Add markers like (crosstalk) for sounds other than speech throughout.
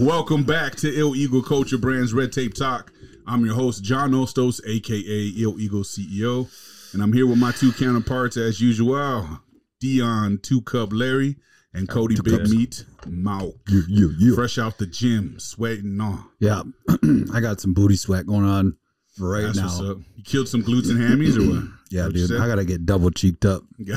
Welcome back to Ill Eagle Culture Brands Red Tape Talk. I'm your host, John Ostos, aka Ill Eagle CEO, and I'm here with my two counterparts as usual, Dion Two Cup Larry and Cody Two Big Cups. Meat Mauk. You, you, you. Fresh out the gym, sweating on. Yeah, (clears throat) I got some booty sweat going on right That's what's now. up. You killed some glutes and hammies or what? (clears throat) Yeah, What you dude, said? I gotta get double cheeked up. (laughs)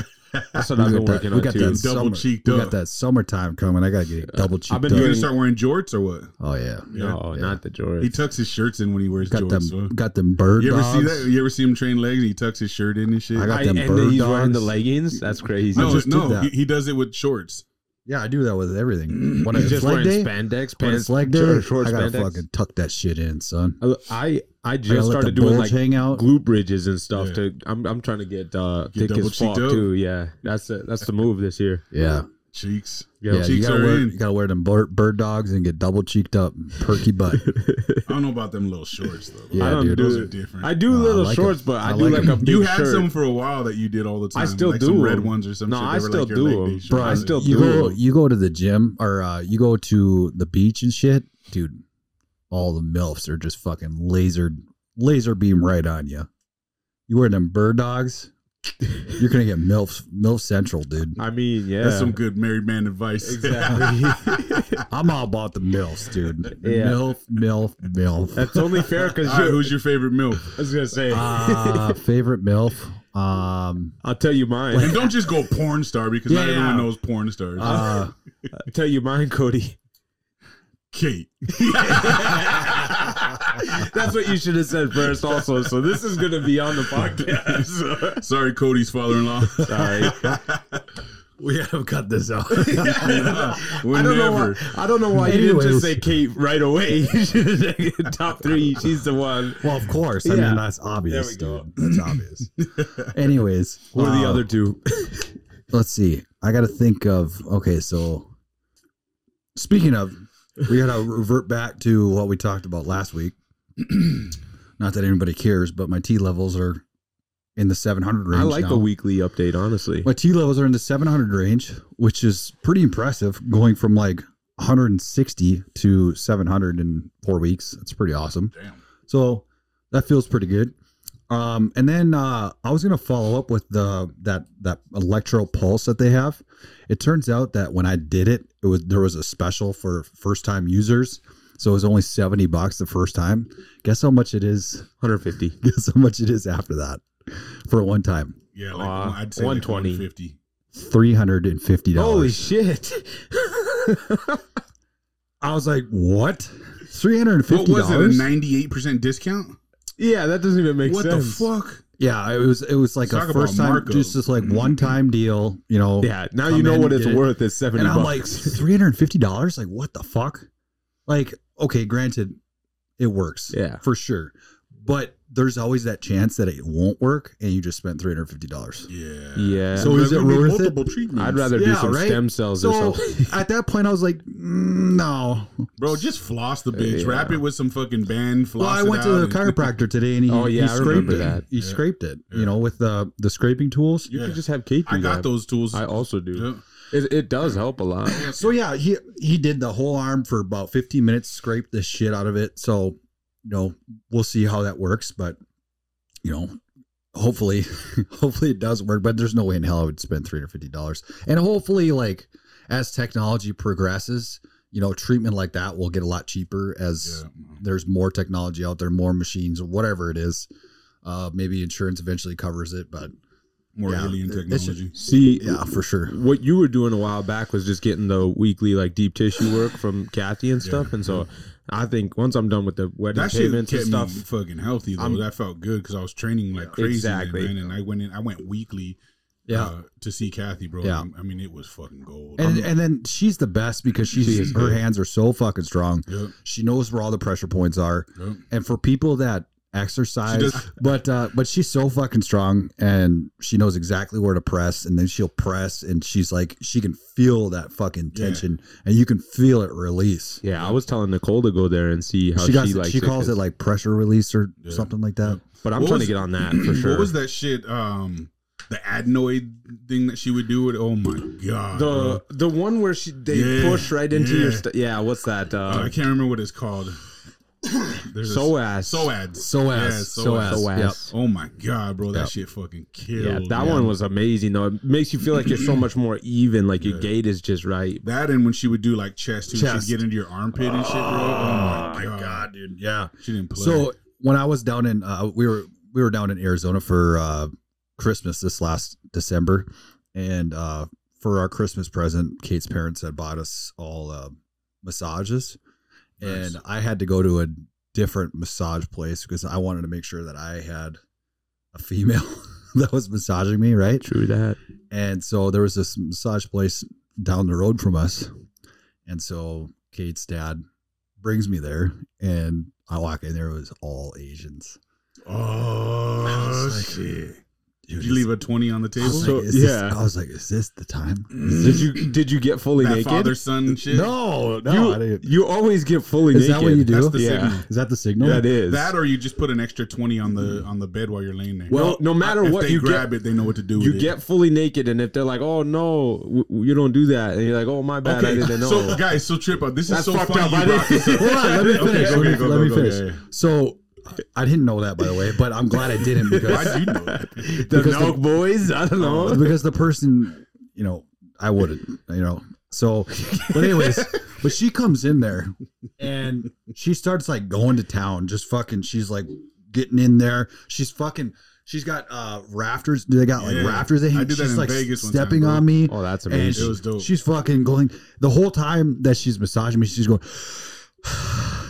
That's what I've been got that- working we on got too. that Double summer, cheeked we up. got that summertime coming. I gotta get double cheeked I've been up. you gonna doing- start wearing jorts or what? oh yeah, No, Yeah. not the He Jordan. tucks his shirts in when he wears got them, jorts. huh? got them bird You ever dogs. see that? You ever see him train legs? And he tucks his shirt in and shit. I got I, them and bird then he's wearing the dogs. leggings. That's crazy. no, just did no, that. he, he does it with shorts. Yeah, I do that with everything. When he's it's just leg wearing day, spandex when pants, it's leg day, short, short I gotta spandex. fucking tuck that shit in, son. I I I gotta just let started the doing like bulge hang out. glute bridges and stuff. Yeah. To I'm I'm trying to get uh, Get thick double as fuck cheeked up. too. Yeah, that's the, that's the move this year. Yeah, Cheeks. Yeah, yeah. You cheeks (laughs) gotta are wear, in. you gotta wear them bird, bird dogs and get double cheeked up, perky butt. I don't know about them little shorts though. Yeah, I don't dude. do Those it. are different. I do Uh, I little like 'em. shorts, but I, I do like like 'em. a big you had shirt. some for a while that you did all the time. still like do some red 'em. ones or some. No, shit. They I were still like your do leg 'em. day shirts. Bro, I still you do. go you go to the gym or uh, you go to the beach and shit, dude. All the milfs are just fucking lasered laser beam right on you. You wear them bird dogs, you're gonna get milf milf central, dude. I mean, yeah, (laughs) That's some good married man advice. (laughs) Exactly. I'm all about the milfs, dude. Yeah. Milf, milf, milf. that's only fair because All right, who's your favorite milk? I was gonna say, Uh, favorite milf. Um, I'll tell you mine. And don't just go porn star because not Yeah. everyone knows porn stars. uh, I'll (laughs) tell you mine, Cody. Kate. (laughs) That's what you should have said first, also. So this is gonna be on the (laughs) podcast. Sorry, Cody's father-in-law. Sorry. we gotta cut this out. We'll I don't know never. why. I don't know why you didn't Anyways. just say Kate right away. (laughs) You should have said top three. She's the one. well, of course. I Yeah. mean, that's obvious, go. dude. (laughs) That's obvious. Anyways, What are the uh, other two? let's see. I got to think of okay. So, speaking of, we got to revert back to what we talked about last week. (clears throat) Not that anybody cares, but my T levels are in the 700 range. I like now. a weekly update, honestly. My T levels are in the 700 range, which is pretty impressive. Going from like 160 to 700 in four weeks. That's pretty awesome. Damn. So that feels pretty good. Um, and then uh, I was gonna follow up with the that that electro pulse that they have. It turns out that when I did it, it was there was a special for first time users, so it was only seventy bucks the first time. Guess how much it is? (laughs) 150. Guess how much it is after that for one time? Yeah, like Uh, I'd say 120. 120, 50. Three hundred and (laughs) fifty Holy dollars. shit! I was like, what? Three hundred and What fifty was it? A dollars? ninety-eight percent discount? yeah, that doesn't even make What the sense. fuck? Yeah, it was it was like Talk a about Mm-hmm. first time, Marco. just just like one time deal. You know? Yeah, now Come you know in, what it's get it. worth. It's seventy and I'm like bucks. (laughs) three hundred and fifty dollars. Like what the fuck? Like okay, granted, it works, Yeah. for sure. But there's always that chance that it won't work, and you just spent three hundred (laughs) fifty dollars. Yeah. yeah. So is it we need worth it? multiple treatments. I'd rather do Yeah, some right? stem cells or So something. at that point, I was like, mm, no. Bro, just floss the bitch. Yeah. Wrap it with some fucking band. Floss Well, I it went to out the and- chiropractor today, and he, Oh, yeah, he I scraped remember it. that. He Yeah. scraped it, Yeah. you know, with the the scraping tools. You Yeah. could just have Kate. (laughs) I do got that. those tools. I also do. Yeah. It, it does help a lot. So yeah, he he did the whole arm for about 15 minutes, scraped the shit out of it. So, you know, we'll see how that works, but you know, hopefully (laughs) hopefully it does work, but there's no way in hell I would spend $350. And hopefully like as technology progresses, you know, treatment like that will get a lot cheaper as Yeah. there's more technology out there, more machines, whatever it is. Uh maybe insurance eventually covers it, but More Yeah. alien It's just- technology. See, yeah, for sure. what you were doing a while back was just getting the weekly like deep tissue work from Kathy and stuff, and so I think once I'm done with the wedding That shit payments kept and stuff, me fucking healthy though. I'm- that felt good because I was training like crazy. Exactly. man, and I went in. I went weekly. Yeah. uh, to see Kathy, bro. Yeah. And, I mean, it was fucking gold. And, and then she's the best because she's She is her good. hands are so fucking strong. Yep. She knows where all the pressure points are. Yep. And for people that exercise, She does- but uh, but she's so fucking strong and she knows exactly where to press. And then she'll press and she's like she can feel that fucking Yeah. tension and you can feel it release. yeah, I was telling Nicole to go there and see how She she, got she, likes calls it, 'cause- like pressure release or Yeah. something like that. but (clears throat) I'm What trying was- to get on that for sure. What was that shit? Um, the adenoid thing that she would do it. Oh my god! bro. The the one where she they Yeah, push right into your yeah. st- yeah what's that Uh, I uh, can't remember what it's called. There's a, soas soads. So ass. Yeah, so, so ass. ass. Yep. Oh my god, bro! That Yep. shit fucking killed. yeah that man. one was amazing though it makes you feel (clears throat) like you're so much more even like your Yeah. gait is just right That and when she would do like chest too, Chest. she'd get into your armpit and shit, bro. Oh my god, dude. Yeah. she didn't play. So when I was down in, uh, we were we were down in Arizona for uh, Christmas this last December, and uh, for our Christmas present, Kate's parents had bought us all uh, massages, Nice. and I had to go to a different massage place because I wanted to make sure that I had a female (laughs) that was massaging me, right? true that And so there was this massage place down the road from us. And so Kate's dad brings me there and I walk in there, it was all Asians. I oh was like, shit! Dude, Did you leave a twenty on the I table? was So- like, is this- yeah. I was like, is this the time? did you did you get fully that Oh, naked father son shit? No, no. I you, didn't. you always get fully Is naked that what you do? That's the yeah signal. Is that the signal? that is That or you just put an extra twenty on the on the bed while you're laying there. well no matter if what they you grab get it, they know what to do. you with get fully naked and if they're like oh no w- w- you don't do that and you're like oh my it. bad I okay. didn't (laughs) know So guys, so trip up. This That's is so fucked funny. up. you (laughs) I brought didn't- this up. (laughs) Hold on, let me Okay, finish. okay, let me, go, let go, me go, finish. yeah, yeah. So I didn't know that, by the way, but I'm glad I (laughs) didn't because Why'd you know that? the because milk boys I don't know Oh, (laughs) because the person, you know, I wouldn't, you know. So, (laughs) but anyways, but she comes in there and she starts like going to town, just fucking. She's like getting in there. She's fucking. She's got uh rafters. They got like Yeah. rafters. They I hang. did that she's in like Vegas one time, stepping bro. on me. oh that's and amazing It was dope. She's fucking going the whole time that she's massaging me. She's going. (sighs)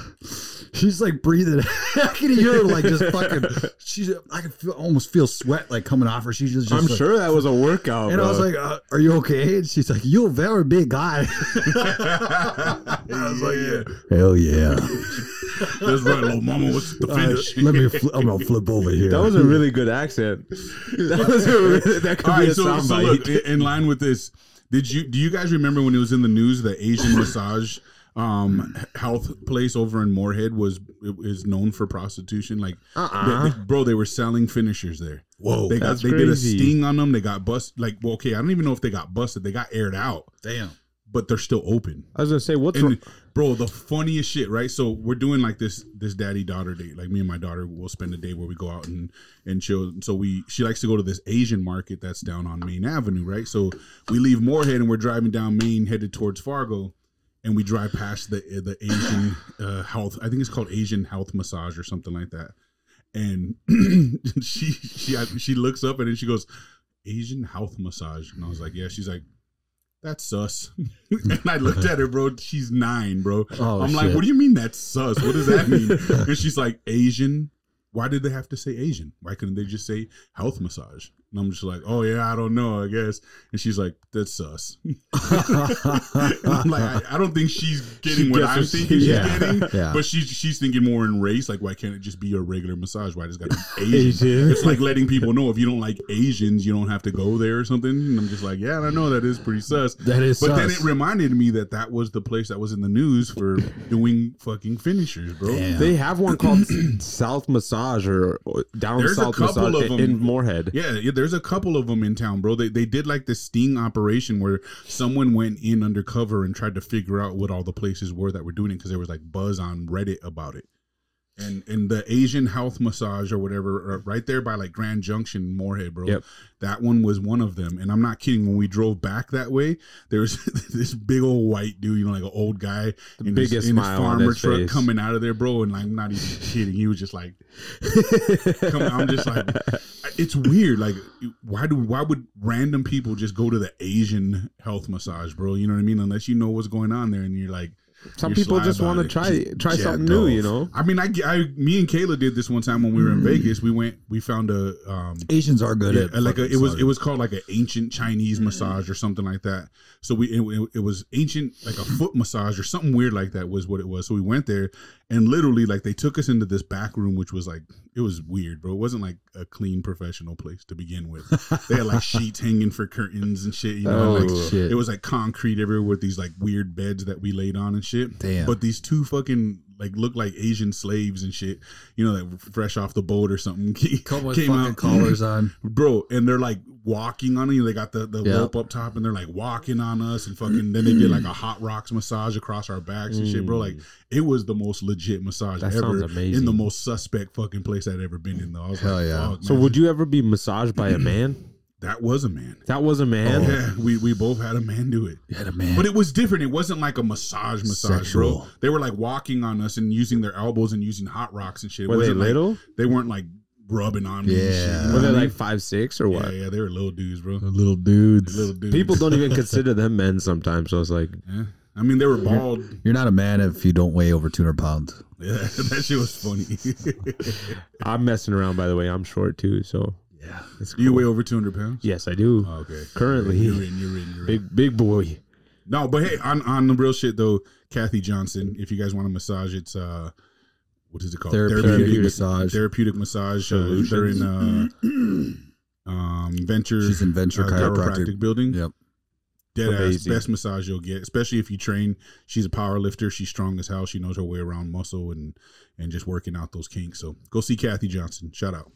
She's like breathing. (laughs) I can hear her like just fucking. (laughs) She's. I can feel, almost feel sweat like coming off her. She's just. just I'm like- sure that was a workout and I was bro. like, uh, "Are you okay?" And she's like, "You're a very big guy." I was like, yeah. (laughs) Hell (laughs) yeah! That's right, little mama. What's the Uh, finish? let me. Fl- I'm gonna flip over here. That was a really (laughs) good accent. (laughs) That was a really, that could All be right, a so, so look, soundbite. in in line with this, did you do you guys remember when it was in the news that Asian massage um h- health place over in Moorhead was is known for prostitution? Like, Uh-uh. they- they- bro, they were selling finishers there. whoa. They got That's they did a crazy. sting on them. They got busted. Like, well, okay, I don't even know if they got busted. They got aired out, Damn. but they're still open. I was gonna say what's wrong? And bro, the funniest shit, right? So we're doing like this this daddy daughter date. Like me and my daughter will spend a day where we go out and and chill. So we she likes to go to this Asian market that's down on Main Avenue, right? So we leave Moorhead and we're driving down Main headed towards Fargo. And we drive past the the Asian uh, health. I think it's called Asian health massage or something like that. And (clears throat) she she she looks up and then she goes, Asian health massage. And I was like, yeah. She's like, that's sus. (laughs) and I looked at her, bro. She's nine, bro. Oh, I'm like, shit. what do you mean that's sus? What does that mean? and she's like, Asian. Why did they have to say Asian? Why couldn't they just say health massage? And I'm just like, oh yeah, I don't know, I guess. And she's like, that's sus. (laughs) And I'm like, I, I don't think she's getting She what gets I'm what thinking she's she- (laughs) yeah. getting, Yeah. but she's she's thinking more in race. Like, why can't it just be a regular massage? Why does it got to (laughs) be Asian? Asian. It's like letting people know if you don't like Asians, you don't have to go there or something. And I'm just like, yeah, I don't know. That is pretty sus. That is But then sus. it reminded me that that was the place that was in the news for doing fucking finishers, bro. Damn. They have (clears throat) one called South Massage or or Down There's a South couple Massage of 'em. in Moorhead. Yeah, yeah, there's a couple of them in town, bro. They, they did like the sting operation where someone went in undercover and tried to figure out what all the places were that were doing it because there was like buzz on Reddit about it. And and the Asian health massage or whatever, uh, right there by like Grand Junction, Moorhead, bro. Yep. That one was one of them. And I'm not kidding. When we drove back that way, there was (laughs) this big old white dude, you know, like an old guy in his, biggest in his smile on farmer his truck face. coming out of there, bro. And like, I'm not even kidding. He was just like, Come on, I'm just like, it's weird. Like, why do why would random people just go to the Asian health massage, bro? You know what I mean? Unless you know what's going on there, and you're like, Some you're people sly just about want to it. try try jacked something new, off. you know. Mm. I mean, I, ge- I me and Kayla did this one time when we were in Vegas. We went, we found a um, Asians are good at yeah, like a, fucking Mm. it was it massaging. was called like an ancient Chinese massage or something like that. So we it, it- it was ancient like a foot massage or something weird like that was what it was. So we went there and literally like they took us into this back room which was like it was weird, bro. It wasn't like a clean professional place to begin with. they had like sheets hanging for curtains and shit. You know, Oh, like shit. it was like concrete everywhere with these like weird beds that we laid on and shit. Damn. But these two fucking like look like Asian slaves and shit. You know, like fresh off the boat or something. (laughs) Couple of came fucking out (laughs) collars on. bro, and they're like walking on you. They got the the Yeah. rope up top, and they're like walking on us, and fucking. Then they did (clears throat) like a hot rocks massage across our backs and shit, bro. Like it was the most legit massage Mm. That ever sounds amazing. in the most suspect fucking place I'd ever been in. Though I was Hell like, yeah. fuck, So man. would you ever be massaged by (clears throat) a man? that was a man. That was a man. Yeah, we we both had a man do it. You had a man. But it was different. It wasn't like a massage massage, Sexual. bro. They were like walking on us and using their elbows and using hot rocks and shit. It Were they wasn't like- little? They weren't like rubbing on me. and shit, Yeah. you know Were they what Oh. I like mean? five six or what? Yeah, yeah, they were little dudes, bro. The little dudes. Little dudes. People don't (laughs) even consider them men sometimes. So it's like Yeah. I mean, they were bald. You're not a man if you don't weigh over 200 pounds. Yeah, (laughs) that shit was funny. (laughs) I'm messing around. By the way, I'm short too, so Yeah. it's Do you cool. weigh over 200 pounds? Yes, I do. Oh, okay. Currently. You're in, you're in, you're in. big big boy. No, but hey, on, on the real shit, though, Kathy Johnson, if you guys want to massage, it's, uh, what is it called? Therapeutic, Therapeutic massage. Therapeutic massage. Uh, they're in, uh, (clears throat) um, Venture, She's in Venture uh, Chiropractic. building. Yep. Dead ass, Amazing. best massage you'll get, especially if you train. She's a power lifter. She's strong as hell. She knows her way around muscle and and just working out those kinks. So go see Kathy Johnson. Shout out.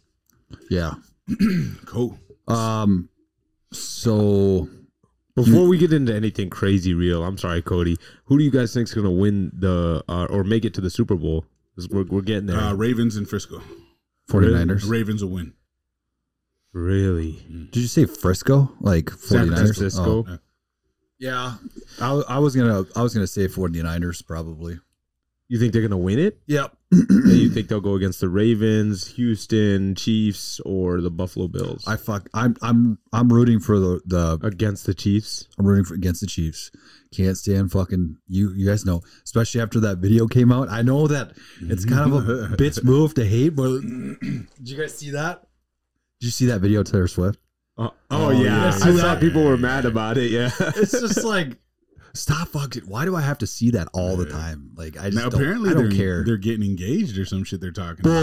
Yeah. Cool. Um. So Before we get into anything crazy real, I'm sorry, Cody. Who do you guys think's gonna win the uh, or make it to the Super Bowl? 'Cause We're, we're getting there. Uh, Ravens and Frisco. 49ers. Ravens will win. really? Did you say Frisco? Like 49ers? San Francisco. Oh. Yeah. I, I was gonna I was gonna say 49ers probably. You think they're gonna win it? Yep. Then you think they'll go against the Ravens, Houston, Chiefs, or the Buffalo Bills? I fuck I'm I'm I'm rooting for the the against the Chiefs. I'm rooting for against the Chiefs. Can't stand fucking you you guys know, especially after that video came out. I know that it's (laughs) kind of (laughs) a bitch move to hate, but (clears throat) did you guys see that? Did you see that video of Taylor Swift? Uh, Oh, oh, yeah, yeah. I saw people were mad about it. Yeah, It's (laughs) just like stop fucking why do I have to see that all the time? Like I just Now, don't, apparently I don't they're care. they're getting engaged or some shit. They're talking about now. Yeah.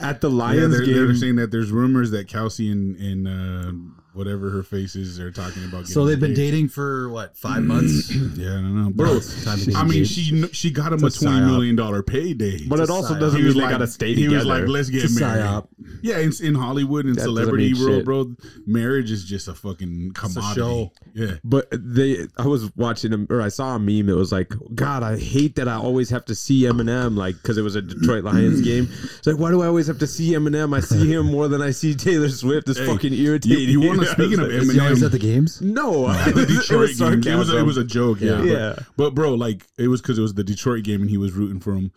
(laughs) at the Yeah, Lions they're, they're game. saying that there's rumors that Kelsey and, and uh, whatever her face is are talking about. So getting they've been engaged. dating for (clears throat) what five months? Yeah, I don't know, bro. Time to get I mean, engaged. she kn- she got him a It's a twenty psyop. million dollar payday. but it it's a also psyop. doesn't he mean was they like, gotta stay he together. was like, let's get It's a married. psyop. Yeah, in, in Hollywood and That doesn't celebrity mean world, shit. bro, marriage is just a fucking commodity. show. Yeah, but they, I was watching them, or I saw a meme. It was like, God, I hate that I always have to see Eminem, like, because it was a Detroit (clears throat) Lions game. It's like, why do I always have to see Eminem? I see him more than I see Taylor Swift. It's Hey, fucking you- you irritating. wanna- (laughs) I was speaking of like, Eminem, Is he always at the games? no, I- the it was Detroit game. It was, a, it sarcasm. was a joke. Yeah. Yeah. But, but bro, like it was because it was the Detroit game and he was rooting for him.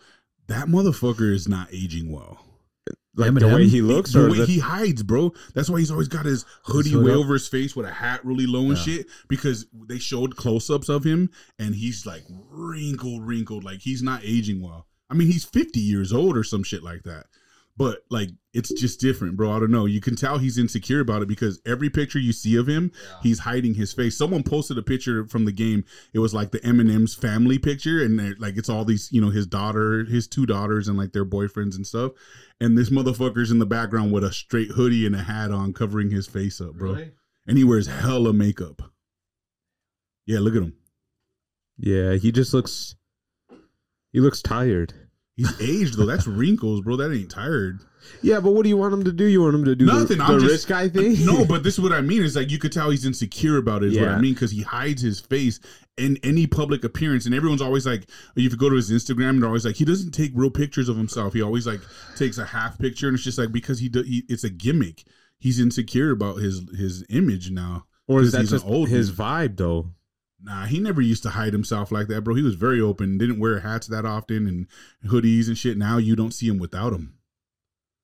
That motherfucker is not aging well. like Eminem? the way he looks, The or way the- he hides, bro. That's why he's always got his hoodie hood way up. over his face with a hat really low and shit. Because they showed close ups of him and he's like wrinkled, wrinkled. Like he's not aging well. I mean, he's 50 years old or some shit like that. But like it's just different, bro. I don't know. You can tell he's insecure about it because every picture you see of him, he's hiding his face. Someone posted a picture from the game. It was like the Eminem's family picture, and they're- like it's all these, you know, his daughter, his two daughters, and like their boyfriends and stuff. And this motherfucker's in the background with a straight hoodie and a hat on, covering his face up, bro. And he wears hella makeup. Yeah, look at him. yeah, he just looks, he looks tired. He's aged though. That's wrinkles, bro. That ain't tired. Yeah, but what do you want him to do? You want him to do Nothing, The, I'm the just- rich guy thing? No, but this is what I mean. Is like you could tell he's insecure about it. Is what Yeah. I mean because he hides his face in any public appearance, and everyone's always like, if you go to his Instagram, they're always like, he doesn't take real pictures of himself. He always like takes a half picture, and it's just like because he, do, he it's a gimmick. He's insecure about his his image now. (laughs) or is 'Cause that he's an just old his dude. vibe though? Nah, he never used to hide himself like that, bro. He was very open. Didn't wear hats that often and hoodies and shit. Now you don't see him without him.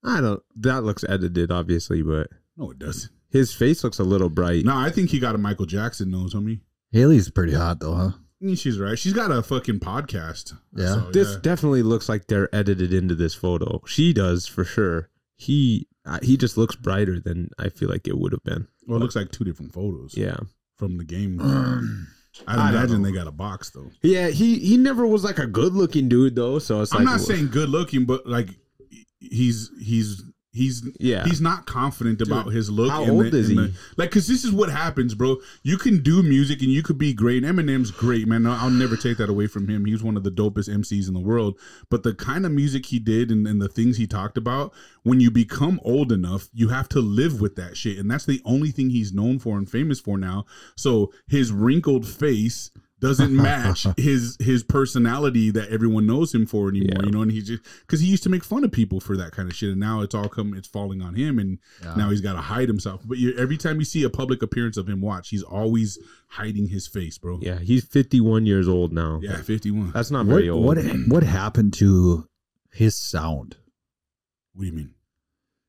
I don't. That looks edited, obviously, but No, it doesn't. his face looks a little bright. No, I think he got a Michael Jackson nose, homie. Haley's pretty hot though, huh? Mm, She's right. She's got a fucking podcast. I Yeah. saw, this yeah. definitely looks like they're edited into this photo. She does for sure. He I- he just looks brighter than I feel like it would have been. Well, it looks like two different photos Yeah, from the (clears throat) game. Um, don't I'd imagine know. they got a box though. yeah. He he never was like a good looking dude though. So it's I'm like not saying good looking, but like he's he's He's Yeah. he's not confident about his look. how and old is and he? like, cause this is what happens, bro. You can do music and you could be great. Eminem's great, man. I'll I'll never take that away from him. He was one of the dopest MCs in the world. But the kind of music he did and, and the things he talked about, when you become old enough, you have to live with that shit, and that's the only thing he's known for and famous for now. So his wrinkled face doesn't match his his personality that everyone knows him for anymore. You know, and he just because he used to make fun of people for that kind of shit, and now it's all come it's falling on him, and now he's got to hide himself. But you, every time you see a public appearance of him, watch he's always hiding his face, bro. Yeah, he's 51 years old now. yeah, fifty one. What That's not What very old. what what happened to his sound? do you mean?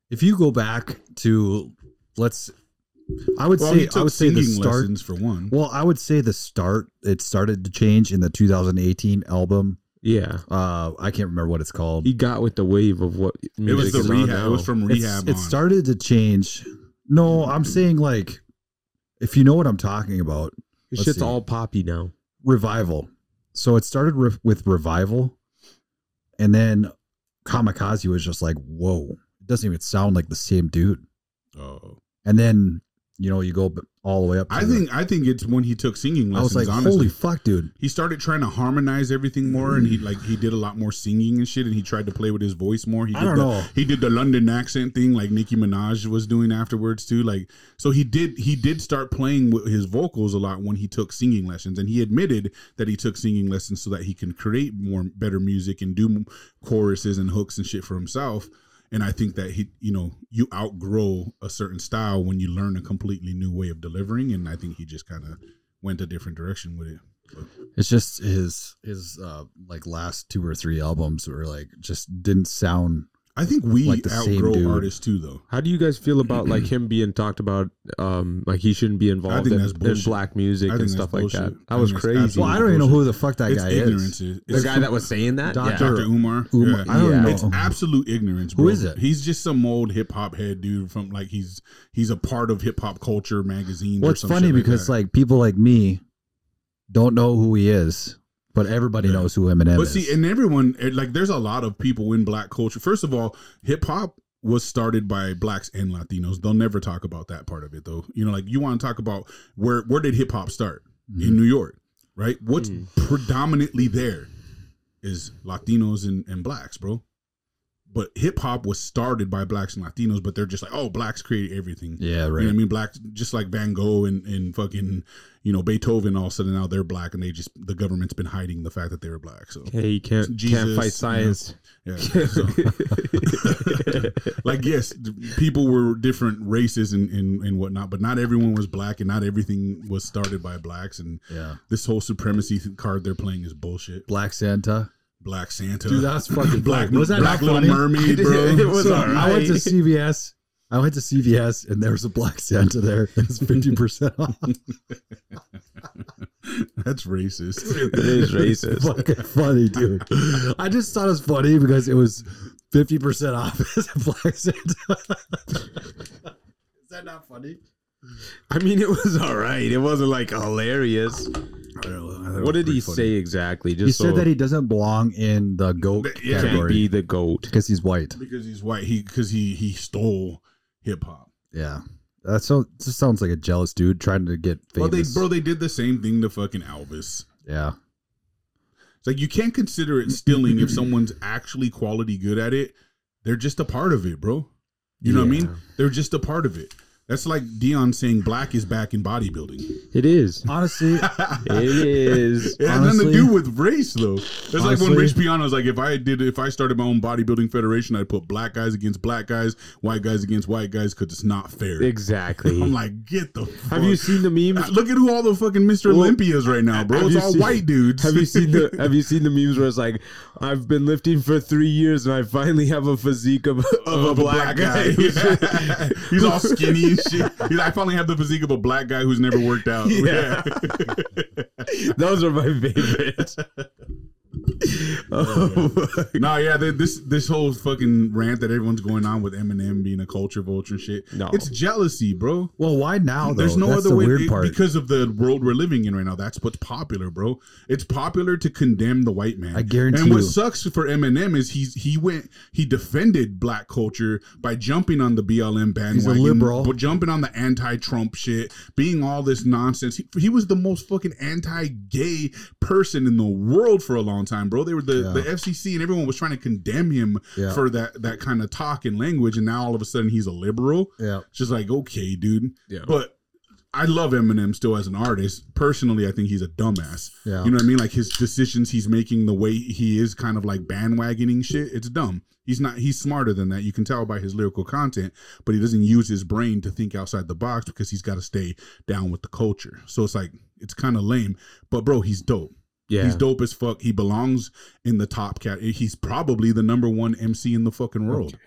If you go back to let's, I would Well, say he I took would say the singing start. lessons for one. Well, I would say the start. It started to change in the 2018 album. yeah. Uh, I can't remember what it's called. He got with the wave of what it was music the is on rehab. now. It was from It's- rehab. It on. started to change. No, I'm saying like, if you know what I'm talking about, His Let's shit's see. all poppy now. revival. So it started re- with revival, and then Kamikaze was just like, "Whoa, it doesn't even sound like the same dude." Oh. And then you know you go b- all the way up. To I think I think it's when he took singing I was lessons. like, honestly. "Holy fuck, dude!" he started trying to harmonize everything more and he Mm. like he did a lot more singing and shit and he tried to play with his voice more he I did don't the, know. he did the london accent thing like nicki minaj was doing afterwards too like so he did he did start playing with his vocals a lot when he took singing lessons and he admitted that he took singing lessons so that he can create more better music and do choruses and hooks and shit for himself and I think that he, you know, you outgrow a certain style when you learn a completely new way of delivering. And I think he just kind of went a different direction with it. It's just his his uh like last two or three albums were like just didn't sound. I think we Like the same dude. outgrow artists too, though. How do you guys feel about (clears throat) like him being talked about? Um, like he shouldn't be involved think in, that's in bullshit. black I music think and that's stuff like that. bullshit. That I was think that's crazy. absolutely Well, I don't even know who the fuck that it's guy ignorance. is. It's the (laughs) guy that was saying that. Doctor- Yeah. Dr. Umar. Umar. Yeah. I don't Yeah. know. It's absolute ignorance, um, Who bro. is it? He's just some old hip hop head dude from like he's he's a part of hip hop culture magazine. Well, it's funny because like people like me don't know who he is, but everybody Yeah. knows who Eminem but is. see, and everyone it- like there's a lot of people in black culture. First of all, hip hop was started by blacks and Latinos. They'll never talk about that part of it though. You know, like you want to talk about where where did hip hop start? Mm-hmm. in New York, right? What's Mm. predominantly there is Latinos and, and blacks, bro. But hip hop was started by blacks and Latinos, but they're just like, oh, blacks created everything. yeah, You know right. what I mean? Black, just like Van Gogh and, and fucking, you know, Beethoven, all of a sudden now they're black and they just, the government's been hiding the fact that they were black. So, Hey, you can't Jesus, can't fight (laughs) science. (laughs) yeah. So, like, yes, people were different races and, and, and whatnot, but not everyone was black and not everything was started by blacks. And yeah, this whole supremacy th- card they're playing is bullshit. Black Santa. Black Santa, Dude, (laughs) that's fucking black, funny. Was that black little not funny? (laughs) mermaid, bro. It was So- all right. I went to CVS. I went to CVS and there was a Black Santa there. It was fifty percent (laughs) off. that's racist. It is It's racist. fucking funny, dude. I just thought it was funny because it was fifty percent off (laughs) as a Black Santa. (laughs) Is that not funny? I mean, it was all right. It wasn't like hilarious. What did he say exactly? Just He so said that he doesn't belong in the goat Yeah. can't category be the goat. because he's white. Because he's white, he because he he stole hip hop. Yeah. That so just sounds like a jealous dude trying to get Well, they famous. bro, they did the same thing to fucking Elvis. yeah. It's like you can't consider it stealing if someone's actually quality good at it. They're just a part of it, bro. You know what I mean? They're just a part of it. That's like Dion saying black is back in bodybuilding. It is. Honestly, It (laughs) is. It has nothing to Honestly- do with race, though. It's like when Honestly- Rich Piano was like, if I did, if I started my own bodybuilding federation, I'd put black guys against black guys, white guys against white guys, because it's not fair. Exactly. I'm like, get the. Fuck. Have you seen the memes? Look at who all the fucking Mr. Well, Olympias right now, bro. have It's you all seen- white dudes. (laughs) Have you seen the Have you seen the memes where it's like, I've been lifting for three years and I finally have a physique of, (laughs) of, of a, black, guy? (laughs) (laughs) guy. He's all skinny and shit. He's like, I finally have the physique of a black guy who's never (laughs) worked out. Yeah. Those are my favorites. Oh, Nah, yeah, th- this this whole fucking rant that everyone's going on with Eminem being a culture vulture and shit. No. it's jealousy, bro. Well, why now? Though? There's no That's other the way Weird it- part. because of the world we're living in right now. That's what's popular, bro. It's popular to condemn the white man. I guarantee And what you. sucks for Eminem is he's he went he defended black culture by jumping on the BLM bandwagon, liberal. but jumping on the anti-Trump shit, being all this nonsense. He, he was the most fucking anti-gay person in the world for a long time, bro. They were the, Yeah. the FCC and everyone was trying to condemn him Yeah. for that that kind of talk and language, and now all of a sudden he's a liberal. yeah. It's just like, okay, dude. Yeah. But I love Eminem still as an artist. Personally, I think he's a dumbass. Yeah. You know what I mean? Like his decisions he's making, the way he is kind of like bandwagoning shit, it's dumb. He's not he's smarter than that. You can tell by his lyrical content, but he doesn't use his brain to think outside the box because he's got to stay down with the culture. So it's like it's kind of lame. But bro, he's dope. yeah. He's dope as fuck. He belongs in the top cat. He's probably the number one MC in the fucking world,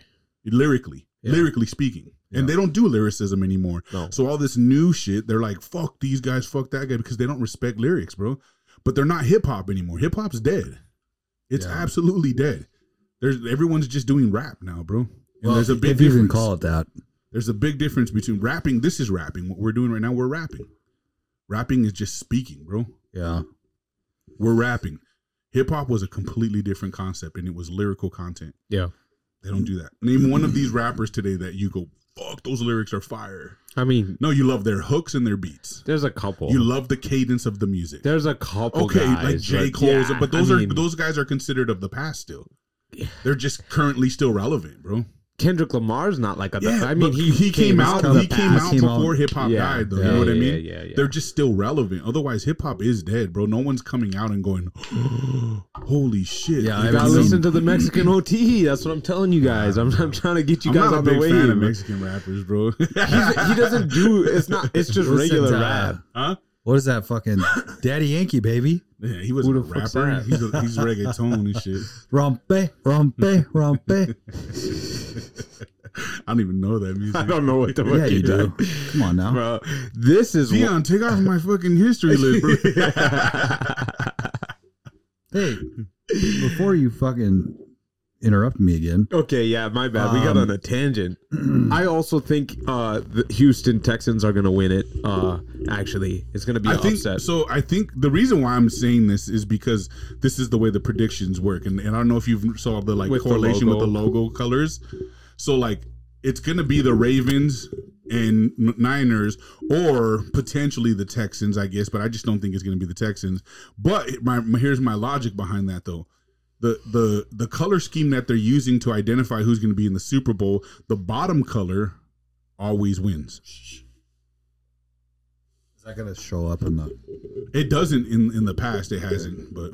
lyrically, Yeah. lyrically speaking. And they don't do lyricism anymore. No. So all this new shit, they're like, fuck these guys, fuck that guy, because they don't respect lyrics, bro. But they're not hip hop anymore. Hip hop's dead. It's Yeah. absolutely dead. There's everyone's just doing rap now, bro. And Well, there's a big if you can difference. call it that. There's a big difference between rapping. This is rapping. What we're doing right now, we're rapping. Rapping is just speaking, bro Yeah. we're rapping. Hip hop was a completely different concept, and it was lyrical content. Yeah. They don't do that. Name one of these rappers today that you go, "Fuck, those lyrics are fire." I mean, No, you love their hooks and their beats. there's a couple. You love the cadence of the music. there's a couple. Okay, guys, like J. but Cole's, yeah, but those I are mean, those guys are considered of the past still. They're just currently still relevant, bro. Kendrick Lamar's not like a. Yeah, I mean, but he he came out kinda he came past. out He came out- before hip hop yeah, died, though. yeah, you know what I yeah, mean? Yeah, yeah, They're just still relevant. Otherwise, hip hop is dead, bro. No one's coming out and going, (gasps) "Holy shit!" Yeah, Like, I You gotta mean- listen to the Mexican OT. That's what I'm telling you guys. I'm, I'm trying to get you guys on the wave. Mexican rappers, bro. (laughs) He's- he doesn't do. It's not. It's just Listen regular (laughs) to- rap. huh? uh, What is that fucking Daddy Yankee baby? Yeah, he was a Who the fuck's rapper. that? He's, a, he's reggaeton and shit. Rompe, rompe, rompe. I don't even know that music. don't know what the yeah, you he do. does. Come on now. bro. This (laughs) is Dion, take off my fucking (laughs) history list, bro. Hey, before you fucking interrupt me again, (laughs) okay. Yeah, my bad. we got Um, on (clears throat) a tangent. I also think uh, the Houston Texans are gonna win it. Uh, actually, it's gonna be I an think upset. so. I think the reason why I'm saying this is because this is the way the predictions work, and, and I don't know if you saw the like With the correlation with the logo. logo colors. So like, it's gonna be the Ravens and N- Niners, or potentially the Texans, I guess. But I just don't think it's gonna be the Texans. But my, my here's my logic behind that though. The, the the color scheme that they're using to identify who's going to be in the Super Bowl, the bottom color always wins. is that going to show up in the. It doesn't in in the past. It hasn't, but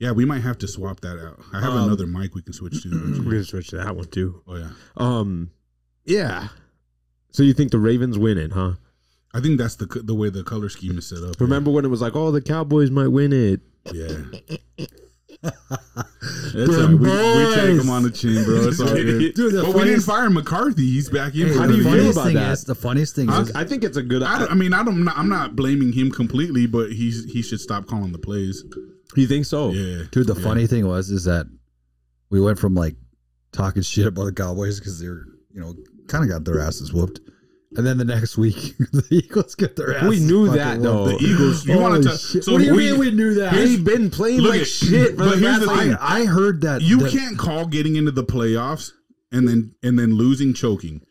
yeah, we might have to swap that out. I have Um, another mic we can switch to. (clears throat) We're gonna switch to that one too. oh yeah, Um, yeah. So you think the Ravens win it, huh? I think that's the co- the way the color scheme is set up. Remember when it was like, oh, the Cowboys might win it? Yeah. It's all right. we, we take him on the chin, bro. It's all good. Dude, the but we didn't funniest- fire McCarthy. He's back in. Hey, for how the do you the feel year. funniest about thing that? is the funniest thing is I think it's a good. I, don't- I mean, I don't. I'm not blaming him completely, but he's he should stop calling the plays. you think Oh. so? Yeah, Dude, the Yeah. funny thing was is that we went from like talking (laughs) shit about the Cowboys because they're you know kind of got their asses whooped, and then the next week (laughs) the Eagles get their asses. We knew fucking that, whooped. though. The Eagles. You want Holy to? shit. So what do you we- mean we knew that? They've been playing Look like at- shit for but the here's past the like thing. I, I heard that You that- can't call getting into the playoffs and then and then losing choking.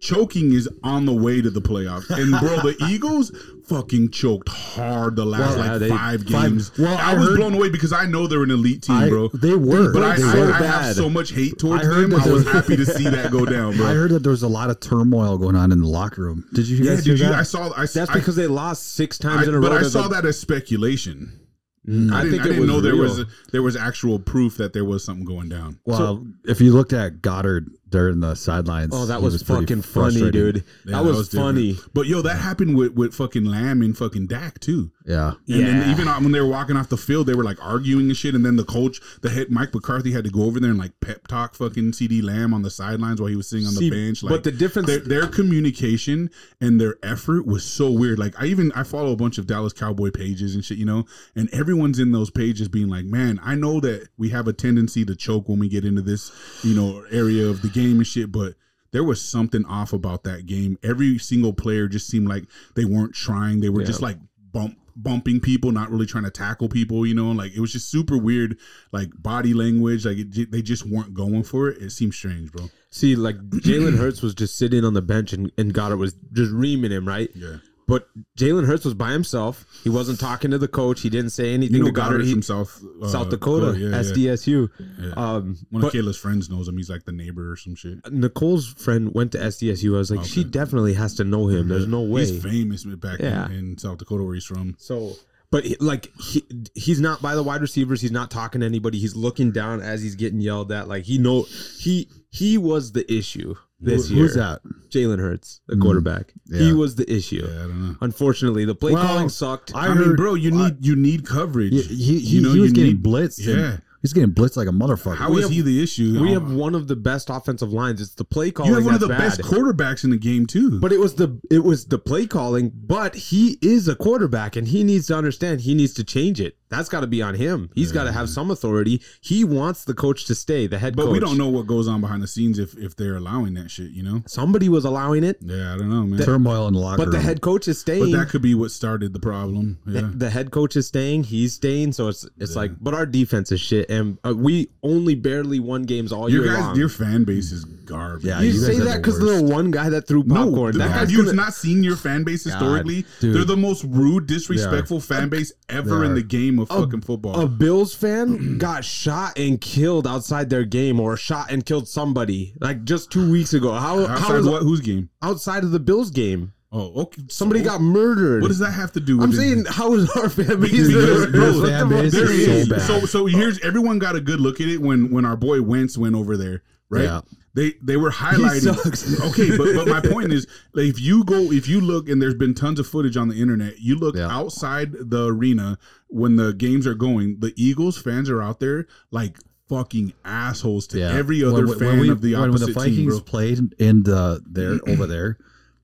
Choking is on the way to the playoffs. And bro, the Eagles fucking choked hard the last Well, like yeah, they- five five- games. well, I, I was heard- blown away because I know they're an elite team, I- bro. They were, but I, They I, were. I have bad. so much hate towards I heard them. that I was they- happy to see that go down, I bro. heard that there was a lot of turmoil going on in the locker room. Did you Yeah, guys hear dude, you, I that? saw. I, That's I, because they lost six I, times in a but row. I to saw the- Mm. that as speculation. I, I didn't, think I it didn't was know there real. was there was actual proof that there was something going down. well, if you looked at Goddard there in the sidelines. Oh, that He was, pretty fucking funny, frustrated. dude. Yeah, that, was different. funny. But yo, that happened with with fucking Lamb and fucking Dak too. Yeah, And Yeah. then even on- when they were walking off the field, they were like arguing and shit. And then the coach, the head Mike McCarthy, had to go over there and like pep talk fucking CD Lamb on the sidelines while he was sitting on See, the bench. Like, but the difference- their, their communication and their effort was so weird. Like I even I follow a bunch of Dallas Cowboy pages and shit, you know, and everyone's in those pages being like, man, I know that we have a tendency to choke when we get into this, you know, area of the game and shit, but there was something off about that game. Every single player just seemed like they weren't trying. They were just like bump bumping people, not really trying to tackle people, you know, like it was just super weird like body language, like it, ju- they just weren't going for it. It seemed strange, bro. See, like (clears throat) Jalen Hurts was just sitting on the bench and, and Goddard was just reaming him, right? Yeah. But Jalen Hurts was by himself. He wasn't talking to the coach. He didn't say anything You know to Goddard. Goddard He- from South uh, South Dakota, yeah, yeah. SDSU. Yeah. Um, One but of Kayla's friends knows him. He's like the neighbor or some shit. Nicole's friend went to SDSU. I was like, she Okay. Mm-hmm. definitely has to know him. There's no way. He's famous back Yeah. in, in South Dakota where he's from. So, but he- like he he's not by the wide receivers. He's not talking to anybody. He's looking down as he's getting yelled at. Like he know he he was the issue this Who- year. who's that? Jalen Hurts, the quarterback. yeah. He was the issue. Mm-hmm. Yeah, I don't know. Unfortunately, the play Well, calling sucked. I I, heard- mean, bro, you I- need you need coverage. He, he, he, You know, he was you getting need- blitzed. and- Yeah. he's getting blitzed like a motherfucker. How is have- he the issue? we Uh, have one of the best offensive lines. It's the play calling. you have one of the that's best bad. quarterbacks in the game too. But it was the it was the play calling. But he is a quarterback, and he needs to understand. He needs to change it. That's got to be on him. He's got to have some authority. He wants the coach to stay, the head Mm. But coach. we don't know what goes on behind the scenes if if they're allowing that shit, you know? Somebody was allowing it, Yeah, I don't know, man. turmoil in the locker but the room. head coach is but staying. that could be what started the problem. Yeah. The- The head coach is staying. He's staying. So it's it's like, but our defense is shit, and uh, we only barely won games all your year guys, long. your fan base is garbage. Yeah, you, you guys say are that the because the worst. one guy that threw popcorn. No, that have guy's you gonna- not seen your fan base historically? dude. They're the most rude, disrespectful fan base ever They in are. the game of fucking football. a Bills fan got shot and killed outside their game, or shot and killed somebody like just two weeks ago. How how Outside is what? Whose game? outside of the Bills game? Oh, okay. Somebody So, got murdered. What does that have to do? with I'm it? saying, how is our (laughs) fan base? Because- the bro, Bills? What fan the fuck? base There is it so is. bad. So so here's everyone got a good look at it when when our boy Wentz went over there, right? Yeah. They they were highlighting. sucks. okay, but (laughs) but my point is, like, if you go, if you look, and there's been tons of footage on the internet. You look Yeah. outside the arena when the games are going. The Eagles fans are out there like fucking assholes to every other fan we- of the when, opposite when the Vikings team, bro. played in the (clears throat) there over there,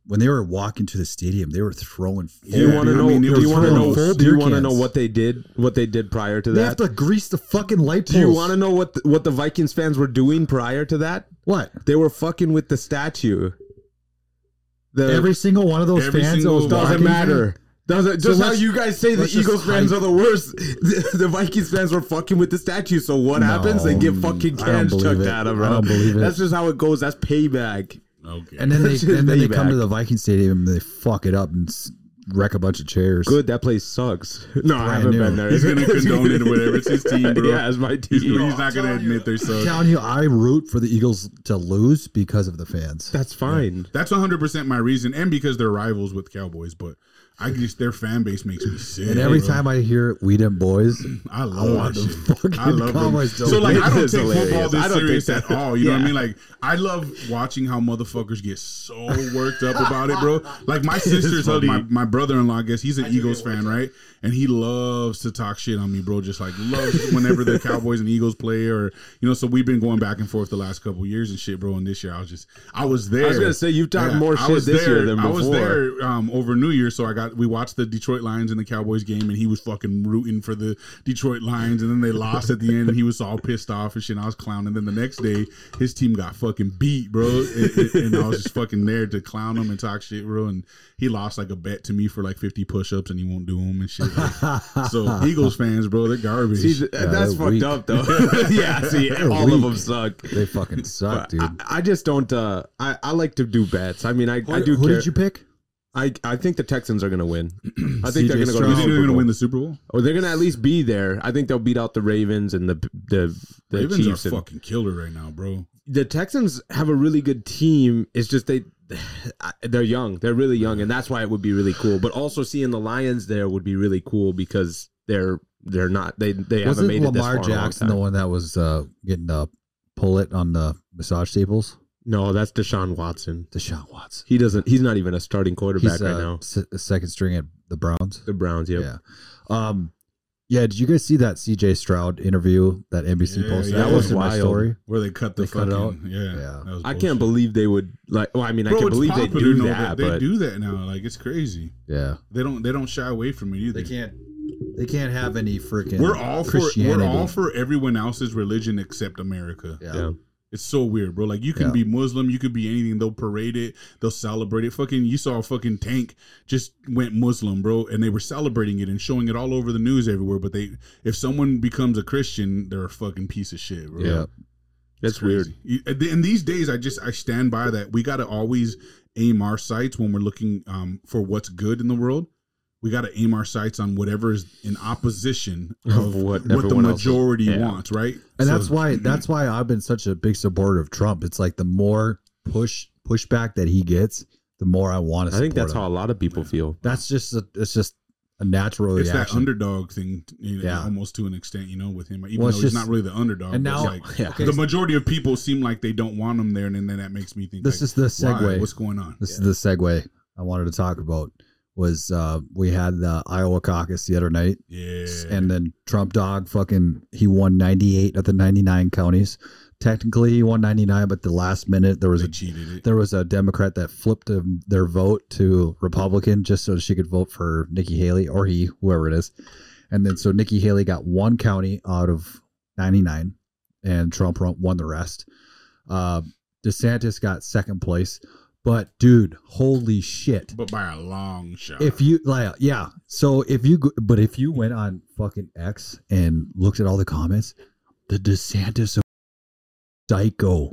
when they were walking to the stadium, they were throwing. Yeah, Do you full- want to dude, I know? mean, it do was you want to full of know? full Do you beer want to cans. know what they did? What they did prior to They have that? to grease the fucking light poles. Do you want to know what the, what the Vikings fans were doing prior to that? what? They were fucking with the statue. The, Every single one of those Every fans that single- was Doesn't walking- matter. Doesn't So just how let's- you guys say the let's just Eagles fans hype- are the worst. (laughs) The, the Vikings fans were fucking with the statue. So what No, happens? They get fucking I don't cans believe chucked it. at them. I Bro. don't believe it. That's just how it goes. That's payback. Okay. And then they That's (laughs) just and then they come payback. to the Viking stadium and they fuck it up and s- wreck a bunch of chairs. Good. That place sucks. No, I haven't new. been there. He's (laughs) gonna condone it or whatever. It's his E, team, bro. Yeah, it's (laughs) my E. he's, team. he's not gonna admit they I'm suck. telling you, I root for the Eagles to lose because of the fans. That's fine. That's 100% my reason, and because they're rivals with Cowboys, but I just their fan base makes me sick. And every bro. time I hear "We (clears throat) Dem Boys," I I want love the that shit. fucking I love them. Cowboys. to So like win. I don't It's take football hilarious. I this don't serious think at so. all. You know what Yeah. I mean? Like I love watching how motherfuckers get so worked up about it, bro. Like (laughs) my sister's husband, my, my brother-in-law, I guess he's an Eagles fan, right? And he loves to talk shit on me, bro. Just like loves whenever the Cowboys and Eagles play, or you know. So we've been going back and forth the last couple years and shit, bro. And this year I was just, I was there. I was gonna say, you've talked more I shit was this year there- than I was before. there there, um, over New Year's, so I got we watched the Detroit Lions and the Cowboys game, and he was fucking rooting for the Detroit Lions, and then they lost at the end, and he was all pissed off and shit. And I was clowning. Then the next day, his team got fucking beat, bro, and, and- and I was just fucking there to clown him and talk shit, bro. And he lost like a bet to me for like fifty push-ups, and he won't do them and shit. so Eagles fans, bro, they're garbage. See, th- that's they're fucked weak. up (laughs) though. (laughs) yeah, see, all of weak. them suck. they fucking suck, dude. I, I just don't. Uh, I I like to do bets. I mean, I, I Who- do Who care. did you pick? I I think the Texans are gonna (clears throat) win. I think they're you gonna go. To CJ Stroud. think the Super they're Bowl. gonna win the Super Bowl? Or they're gonna at least be there. I think they'll beat out the Ravens and the the the Ravens Chiefs. are and- fucking killer right now, bro. the Texans have a really good team. It's just they (sighs) they're young. They're really young, and that's why it would be really cool. But also seeing the Lions there would be really cool because they're they're not they they haven't Wasn't made it this far Lamar in a long Jackson time. the one that was uh, getting a pull it on the massage tables? No, that's Deshaun Watson. Deshaun Watson. He doesn't. He's not even a starting quarterback He's right uh, now. se- second string at the Browns. The Browns. Yep. Yeah. Um, yeah. Did you guys see that CJ Stroud interview that NBC Yeah, posted? yeah, I that was posted my wild. story. Where they cut the They cut fucking it yeah. Yeah. that was I bullshit. can't believe they would like. Well, I mean, I Bro, can't it's believe they popular do now that, They but do that now. Like it's crazy. Yeah. They don't. They don't shy away from it either. They can't. They can't have any freaking. We're all for. We're Christianity. all for everyone else's religion except America. Yeah. Yeah. It's so weird, bro. Like you can Yeah. be Muslim, you could be anything. They'll parade it, they'll celebrate it. Fucking, you saw a fucking tank just went Muslim, bro, and they were celebrating it and showing it all over the news everywhere. But they, if someone becomes a Christian, they're a fucking piece of shit, bro. Yeah. that's weird. weird. And uh, these days, I just I stand by that. We got to always aim our sights when we're looking um, for what's good in the world. We got to aim our sights on whatever is in opposition Of of what what the everyone else- majority yeah. wants, right? And So- (clears throat) that's why that's why I've been such a big supporter of Trump. It's like the more push pushback that he gets, the more I want to. I think that's him. how a lot of people feel. That's just a, it's just a natural it's that reaction. underdog thing, you know, Yeah. almost to an extent, you know, with him. Even Well, though it's he's just- not really the underdog, and Um, but now- it's like, Yeah. (laughs) okay, the majority of people seem like they don't want him there, and then that makes me think like, this is the why? segue. What's going on? This is the segue I wanted to talk about. Was uh, we had the Iowa caucus the other night, Yeah, and then Trump dog fucking he won ninety eight of the ninety nine counties. Technically, he won ninety nine, but the last minute there was they a cheated it. there was a Democrat that flipped them- their vote to Republican just so she could vote for Nikki Haley or he, whoever it is. And then so Nikki Haley got one county out of 99, and Trump won won the rest. Uh, DeSantis got second place, but dude, holy shit! But by a long shot. If you like, yeah. So if you, go- but if you went on fucking X and looked at all the comments, the DeSantis are psycho.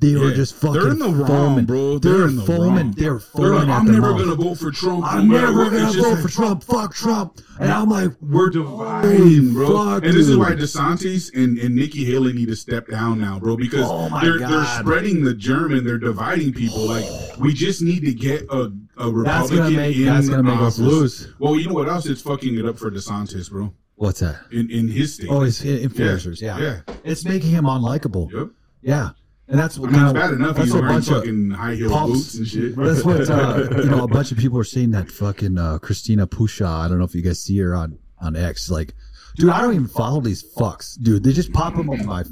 They were Yeah. just fucking they're in the wrong, foaming. bro. They're, They're, in the foaming. wrong. They're They're like, foaming. at I'm the never mouth. gonna vote for Trump. I'm no matter never what." gonna It's just vote like, for Trump. Fuck Trump. And I'm like, We're dividing, bro. Fuck, and this is dude. why DeSantis and, and Nikki Haley need to step down now, bro, because Oh my they're, they're God. spreading the germ and they're dividing people. Like, we just need to get a, a that's Republican gonna make in that's gonna make office. us lose. Well, you know what else? It's fucking it up for DeSantis, bro, What's that? in, in his state. Oh, it's influencers. Yeah. yeah. it's making him unlikable. Yep. Yeah, and that's I what mean, it's kinda- bad enough that's he's what wearing bunch of- fucking high heel boots punks- and shit. (laughs) That's what uh, you know. A bunch of people are saying that fucking uh, Christina Pusha. I don't know if you guys see her on on X. Like, dude, I don't even follow these fucks, dude. They just pop them on my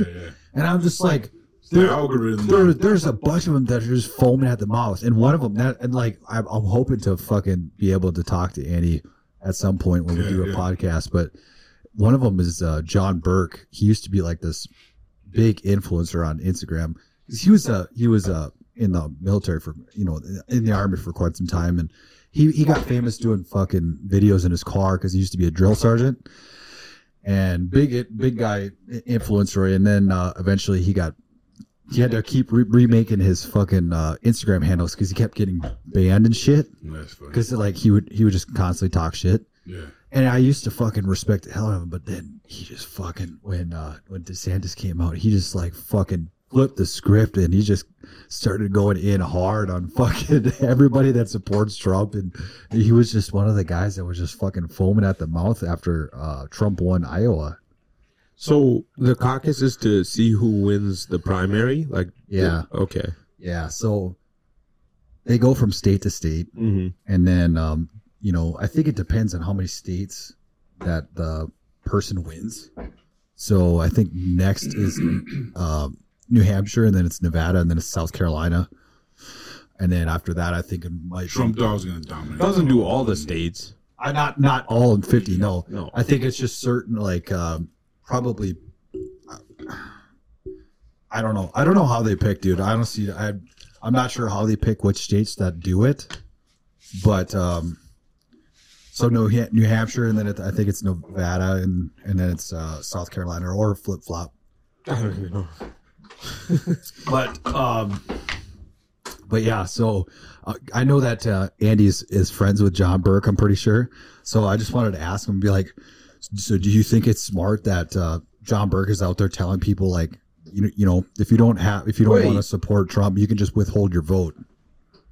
(laughs) Yeah, yeah. and I'm just like, The there, algorithm. there, there's a bunch of them that are just foaming at the mouth, and one of them that, and like, I'm, I'm hoping to fucking be able to talk to Andy at some point when we Yeah, do a yeah. podcast, but. One of them is uh, John Burke. He used to be like this big influencer on Instagram. 'Cause He was uh, he was uh, in the military for you know in the army for quite some time, and he he got famous doing fucking videos in his car because he used to be a drill sergeant and big big guy influencer. And then uh, eventually he got he had to keep re- remaking his fucking uh, Instagram handles because he kept getting banned and shit That's funny. because like he would he would just constantly talk shit. Yeah. And I used to fucking respect the hell out of him, but then he just fucking when uh when DeSantis came out, he just like fucking flipped the script and he just started going in hard on (laughs) fucking everybody that supports Trump and he was just one of the guys that was just fucking foaming at the mouth after uh Trump won Iowa. So the caucus is to see who wins the primary. Like, Yeah. okay. Yeah, so they go from state to state Mm-hmm. and then um you know, I think it depends on how many states that the person wins. So I think next is um, New Hampshire, and then it's Nevada, and then it's South Carolina, and then after that, I think it might Trump be, dog's gonna dominate. Doesn't do all the states. I not not all in fifty. No, No. I think it's just certain like um, probably. I don't know. I don't know how they pick, dude. I don't see. I I'm not sure how they pick which states that do it, but um, so New Ha- New Hampshire, and then it, I think it's Nevada, and and then it's uh, South Carolina or flip flop. but um but yeah so uh, i know that uh, andy is, is friends with john burke i'm pretty sure so i just wanted to ask him be like so do you think it's smart that uh, john burke is out there telling people like you know, you know if you don't have if you don't Wait. want to support trump you can just withhold your vote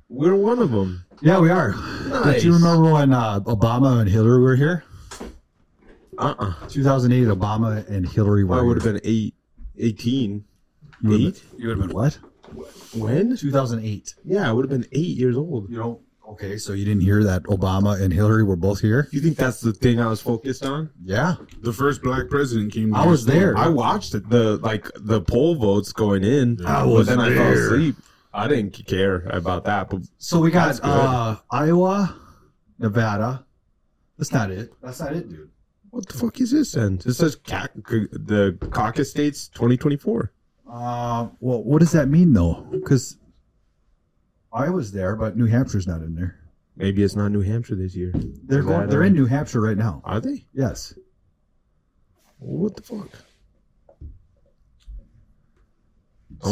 We're one of them. yeah we are do you remember when uh, obama and hillary were here Uh-uh. 2008 obama and hillary were I would have here. been eight, 18. You would've Eight? been- you would have been what When? 2008. Yeah, I would have been eight years old. You know, okay, so you didn't hear that Obama and Hillary were both here? You think that's the thing I was focused on? Yeah, The first black president came. I was there. I watched it, the like the poll votes going in, I but was then I fell there. asleep. I didn't care about that, but So we That's got good. uh, Iowa, Nevada. That's not it. That's not it, dude. what the fuck is this then? This says cac- the caucus states 2024. Uh, well, what does that mean though? Because Iowa's there, but New Hampshire's not in there. Maybe it's not New Hampshire this year. They're Is going, that, they're uh, in New Hampshire right now. Are they? Yes. What the fuck?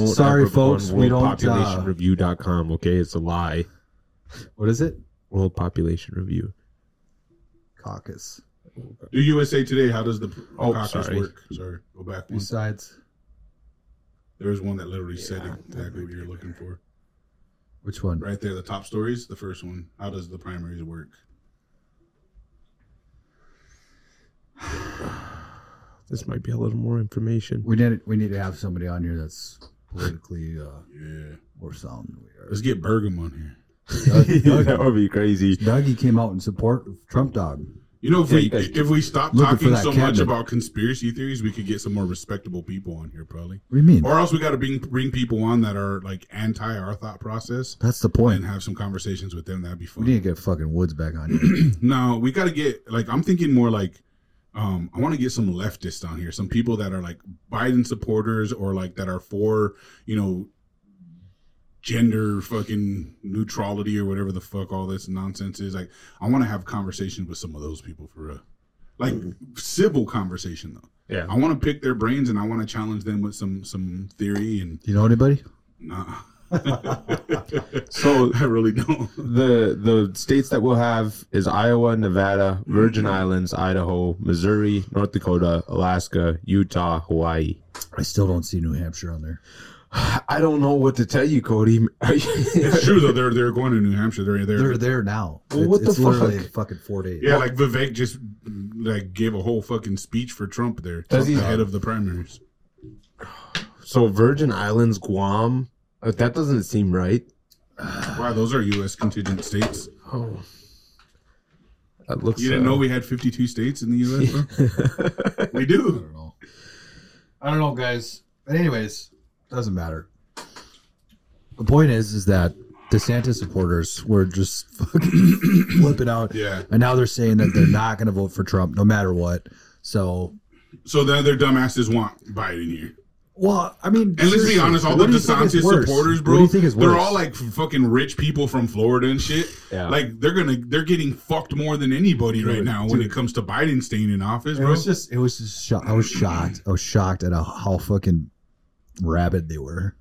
Sorry, folks, we don't, uh, Worldpopulationreview.com. Okay, it's a lie. What is it? World Population Review. Caucus. Do USA Today? How does the Oh, caucus sorry. work? Sorry, go back one. Besides, There's one that literally said Yeah. exactly what you're looking for. which one? Right there, the top stories. The first one. How does the primaries work? This might be a little more (laughs) information. (laughs) We need we need to have somebody on here that's politically uh, Yeah. more sound than we are. Let's get Bergam on here. (laughs) that would be crazy. Dougie came out in support of Trump Dog. You know, if Yeah, we you guys- if we stop Looking for talking that so much cabinet. about conspiracy theories, we could get some more respectable people on here, probably. What do you mean? Or else we got to bring bring people on that are like anti our thought process That's the and point. have some conversations with them. That'd be We fun. need to get fucking Woods back on here. No, we got to get like I'm thinking more like um I want to get some leftists on here, some people that are like Biden supporters or like that are for, you know, gender fucking neutrality or whatever the fuck all this nonsense is. Like I want to have conversations with some of those people for real. Like civil conversation though. Yeah. I want to pick their brains and I want to challenge them with some some theory and Do you know anybody? nah. (laughs) So I really don't. the the states that we'll have is Iowa, Nevada, Virgin Islands, Idaho, Missouri, North Dakota, Alaska, Utah, Hawaii. I still don't see New Hampshire on there. I don't know what to tell you, Cody. (laughs) It's true though. They're they're going to New Hampshire. They're they're, They're there now. Well, what the literally fuck? fucking four days. Yeah, like Vivek just like gave a whole fucking speech for Trump there. Does Trump he- ahead of the primaries? so Virgin Islands, Guam. uh, That doesn't seem right. Wow, those are U.S. contingent states. Oh, that looks. uh, You didn't know we had 52 states in the U.S. bro? know. we I do. don't know. I don't know, guys. But anyways, doesn't matter. The point is, is that DeSantis supporters were just (laughs) fucking flipping out, Yeah. and now they're saying that they're not going to vote for Trump no matter what. So, So the other dumbasses want Biden here. well, I mean, And let's be seriously, honest, all the what do you think is DeSantis worse? supporters, bro, What do you think is they're worse? all like fucking rich people from Florida and shit. (laughs) Yeah. Like they're gonna, they're getting fucked more than anybody right Dude, now when it dude. comes to Biden staying in office, It bro. was just, it was just shocked. I was shocked. I was shocked at how fucking rabid they were.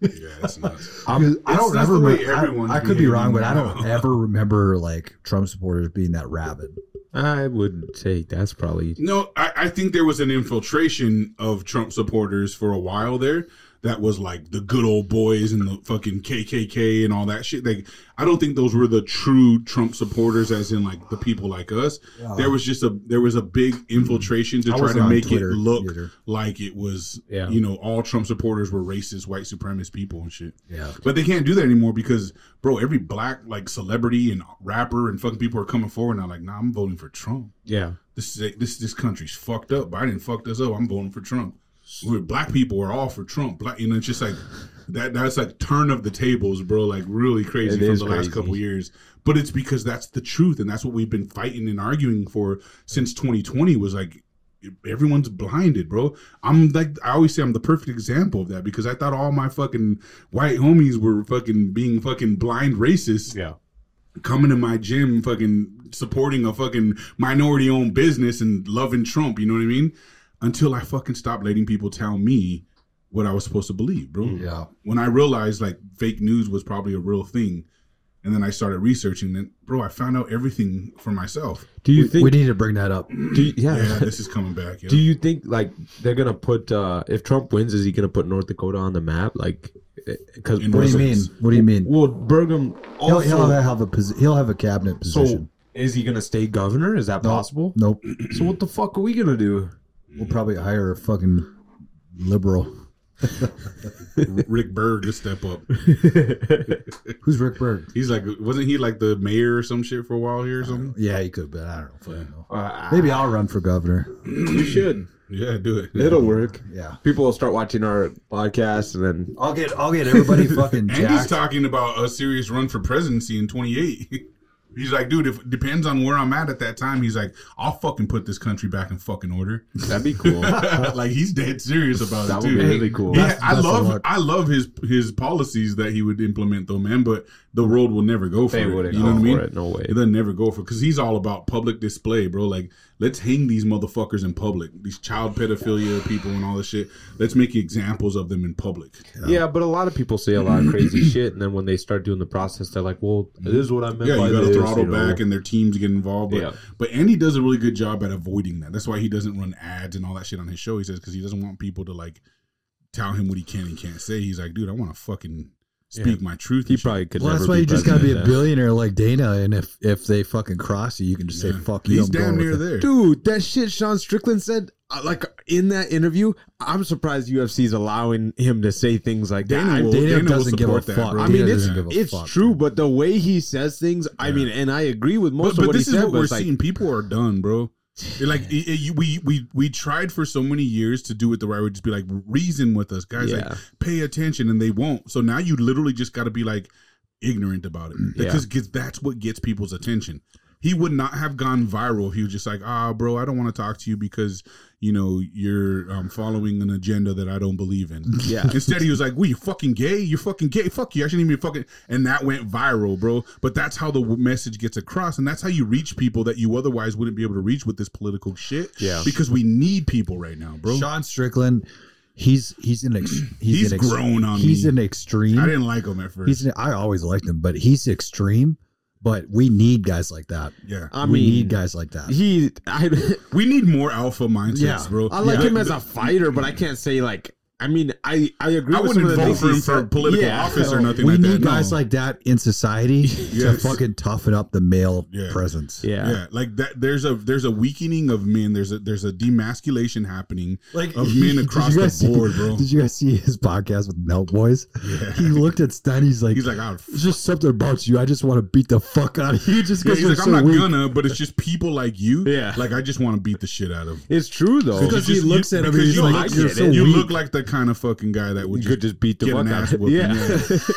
yeah, that's nuts. I'm- I It's- don't that's ever. the way remember- I- everyone's I, could be behaving wrong, but I now. don't ever remember like Trump supporters being that rabid. I would say that's probably No, I, I think there was an infiltration of Trump supporters for a while there. That was like the good old boys and the fucking KKK and all that shit. Like, I don't think those were the true Trump supporters, as in like the people like us. There was just a there was a big infiltration to Uh-huh. I try wasn't to on make Twitter it look either. like it was, Yeah. you know, all Trump supporters were racist, white supremacist people and shit. Yeah. But they can't do that anymore because, bro, every black like celebrity and rapper and fucking people are coming forward now. Like, nah, I'm voting for Trump (clears throat) yeah. this is this this country's fucked up. Biden fucked us up. I'm voting for Trump. We're black people are all for Trump. Black, you know, it's just like that. That's like turn of the tables, bro. Like really crazy It from is the crazy. last couple years. But it's because that's the truth, and that's what we've been fighting and arguing for since 2020. Was like everyone's blinded, bro. I'm like I always say I'm the perfect example of that because I thought all my fucking white homies were fucking being fucking blind racists Yeah. coming to my gym fucking supporting a fucking minority owned business and loving Trump, you know what I mean? Until I fucking stopped letting people tell me what I was supposed to believe, bro. Mm-hmm. Yeah. When I realized like fake news was probably a real thing and then I started researching and bro, I found out everything for myself. Do you We, think? we need to bring that up. do you, yeah. Yeah, this is coming back. Yeah. Do you think like they're gonna put uh if Trump wins, is he gonna put North Dakota on the map? Like, because In What do you mean? What do you mean? Well, Burgum He'll, he'll also. have a posi- he'll have a cabinet So position. is he gonna stay governor? Is that No. possible? (clears throat) nope. (laughs) So what the fuck are we gonna do? We'll probably hire a fucking liberal. Rick Berg to step up. Who's Rick Bird? He's like, wasn't he like the mayor or some shit for a while here or something? Yeah, he could, but I don't know. Fucking know. Uh, Maybe I'll run for governor. you should. Yeah, do it. It'll work. Yeah, People will start watching our podcast, and then I'll get I'll (laughs) get everybody And fucking he's jacked. talking about a serious run for presidency in 28. (laughs) He's like, dude, if depends on where I'm at at that time. He's like, I'll fucking put this country back in fucking order. (laughs) (laughs) that'd be (laughs) cool. like he's dead serious about that it would too. be really cool. Yeah, Best- I best of love luck. I love his his policies that he would implement though, man. But the world will never go for They it. wouldn't you know go what I for mean? it, no way. It doesn't never go for because he's all about public display, bro. Like let's hang these motherfuckers in public. These child pedophilia people and all this shit. Let's make examples of them in public. Yeah, but a lot of people say a lot of (clears throat) crazy shit, and then when they start doing the process, they're like, "Well, it is what I meant Yeah, by you got this." to throttle you know? back, and their teams get involved. But Yeah. but Andy does a really good job at avoiding that. That's why he doesn't run ads and all that shit on his show. He says because he doesn't want people to like tell him what he can and can't say. He's like, dude, I want to fucking speak my truth. he and shit." probably could. Well, never that's why you just gotta president, be a yeah. billionaire like Dana, and if if they fucking cross you, you can just say fuck you. He's I'm going damn with near it." there. Dude, that shit Sean Strickland said, uh, like in that interview, I'm surprised UFC's allowing him to say things like that. I- Dana will, Dana Dana will doesn't give a support that, fuck. bro. I Dana mean, it's doesn't give a it's fuck, true, dude. but the way he says things, I mean, and I agree with but, most but of what this he is said. what but we're it's like, seeing. People are done, bro. They're like it- it- you- we we we tried for so many years to do it the right way. Just be like reason with us, guys. Yeah. Like pay attention, and they won't. So now you literally just got to be like ignorant about it Mm, because 'cause that's what gets people's attention. He would not have gone viral if he was just like, ah, bro, I don't want to talk to you because you know you're um, following an agenda that I don't believe in. (laughs) Yeah. Instead, he was like, "Well, you fucking gay. You're fucking gay. Fuck you. I shouldn't even be fucking." And that went viral, bro. But that's how the w- message gets across, and that's how you reach people that you otherwise wouldn't be able to reach with this political shit. Yeah. because we need people right now, bro. Sean Strickland, he's he's an ex, he's, He's an ex- grown on he's me. an I extreme. didn't like him at first. He's an, I always liked him, but he's extreme. But we need guys like that. yeah, I we mean, need guys like that. he, (laughs) I, we need more alpha mindsets, Yeah. bro. I like Yeah. him as a fighter, but I can't say like. I mean, I I agree. I with wouldn't some of the vote things for he him for said. political Yeah. office or nothing we like need that. guys no. like that in (laughs) society to Yes. fucking toughen up the male Yeah. presence. Yeah. yeah, like that. There's a there's a weakening of men. There's a there's a demasculation happening Like of men across (laughs) did you the guys see- board, bro. Did you guys see his podcast with Melt Boys? He looked at Stein. He's like, He's like, "Ah, I'll "There's just something about you. I just want to beat the fuck out of (laughs) you just Yeah, because he's you're like, so I'm not weak." gonna, but it's just people like you. Yeah. Like I just want to beat the shit out of. It's true though. Because he just- looks at him and because he's you like, look- "You're so you weak." look like the kind of fucking guy that would you could just beat the get fuck an out ass of whooping, Yeah. yeah. (laughs)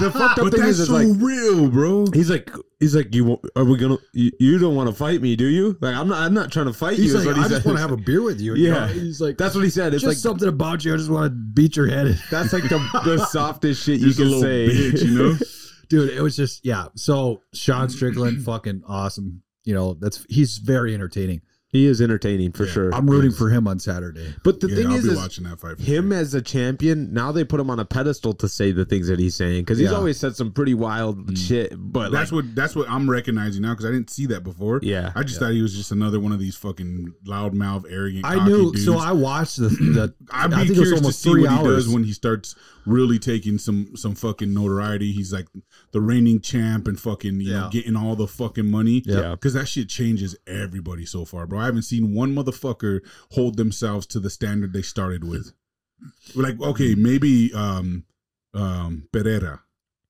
the fucked up But thing that's is, is so like real, bro. he's like he's like you won't- are we gonna you, you don't want to fight me, do you? Like I'm not I'm not trying to fight (laughs) He's you. is what like, he I just said. want to have a beer with you. You Yeah. know? He's like, (laughs) That's what he said. It's just like something about you. I just want to beat your head, (laughs) in." (laughs) that's like the, (laughs) the softest shit you Just a can little say. bitch, you know. dude. It was just yeah. So (clears throat) Sean Strickland, fucking awesome. You know, that's he's very entertaining. (laughs) He is entertaining for (laughs) sure. I'm rooting for him on Saturday. but the yeah, thing I'll is, be is watching that fight. for him sure. as a champion now they put him on a pedestal to say the things that he's saying because he's Yeah. always said some pretty wild shit. But Mm. That's like, what that's what I'm recognizing now because I didn't see that before. Yeah. I just thought he was just another one of these fucking loudmouth, arrogant. I cocky knew, dudes. so I (clears throat) watched the. the I'd be I think it was curious almost to see three what he hours. does when he starts really taking some some fucking notoriety. He's like the reigning champ and fucking you know Yeah. getting all the fucking money. Yeah. because that shit changes everybody so far, bro. I haven't seen one motherfucker hold themselves to the standard they started with. (laughs) Like okay, maybe um um Pereira.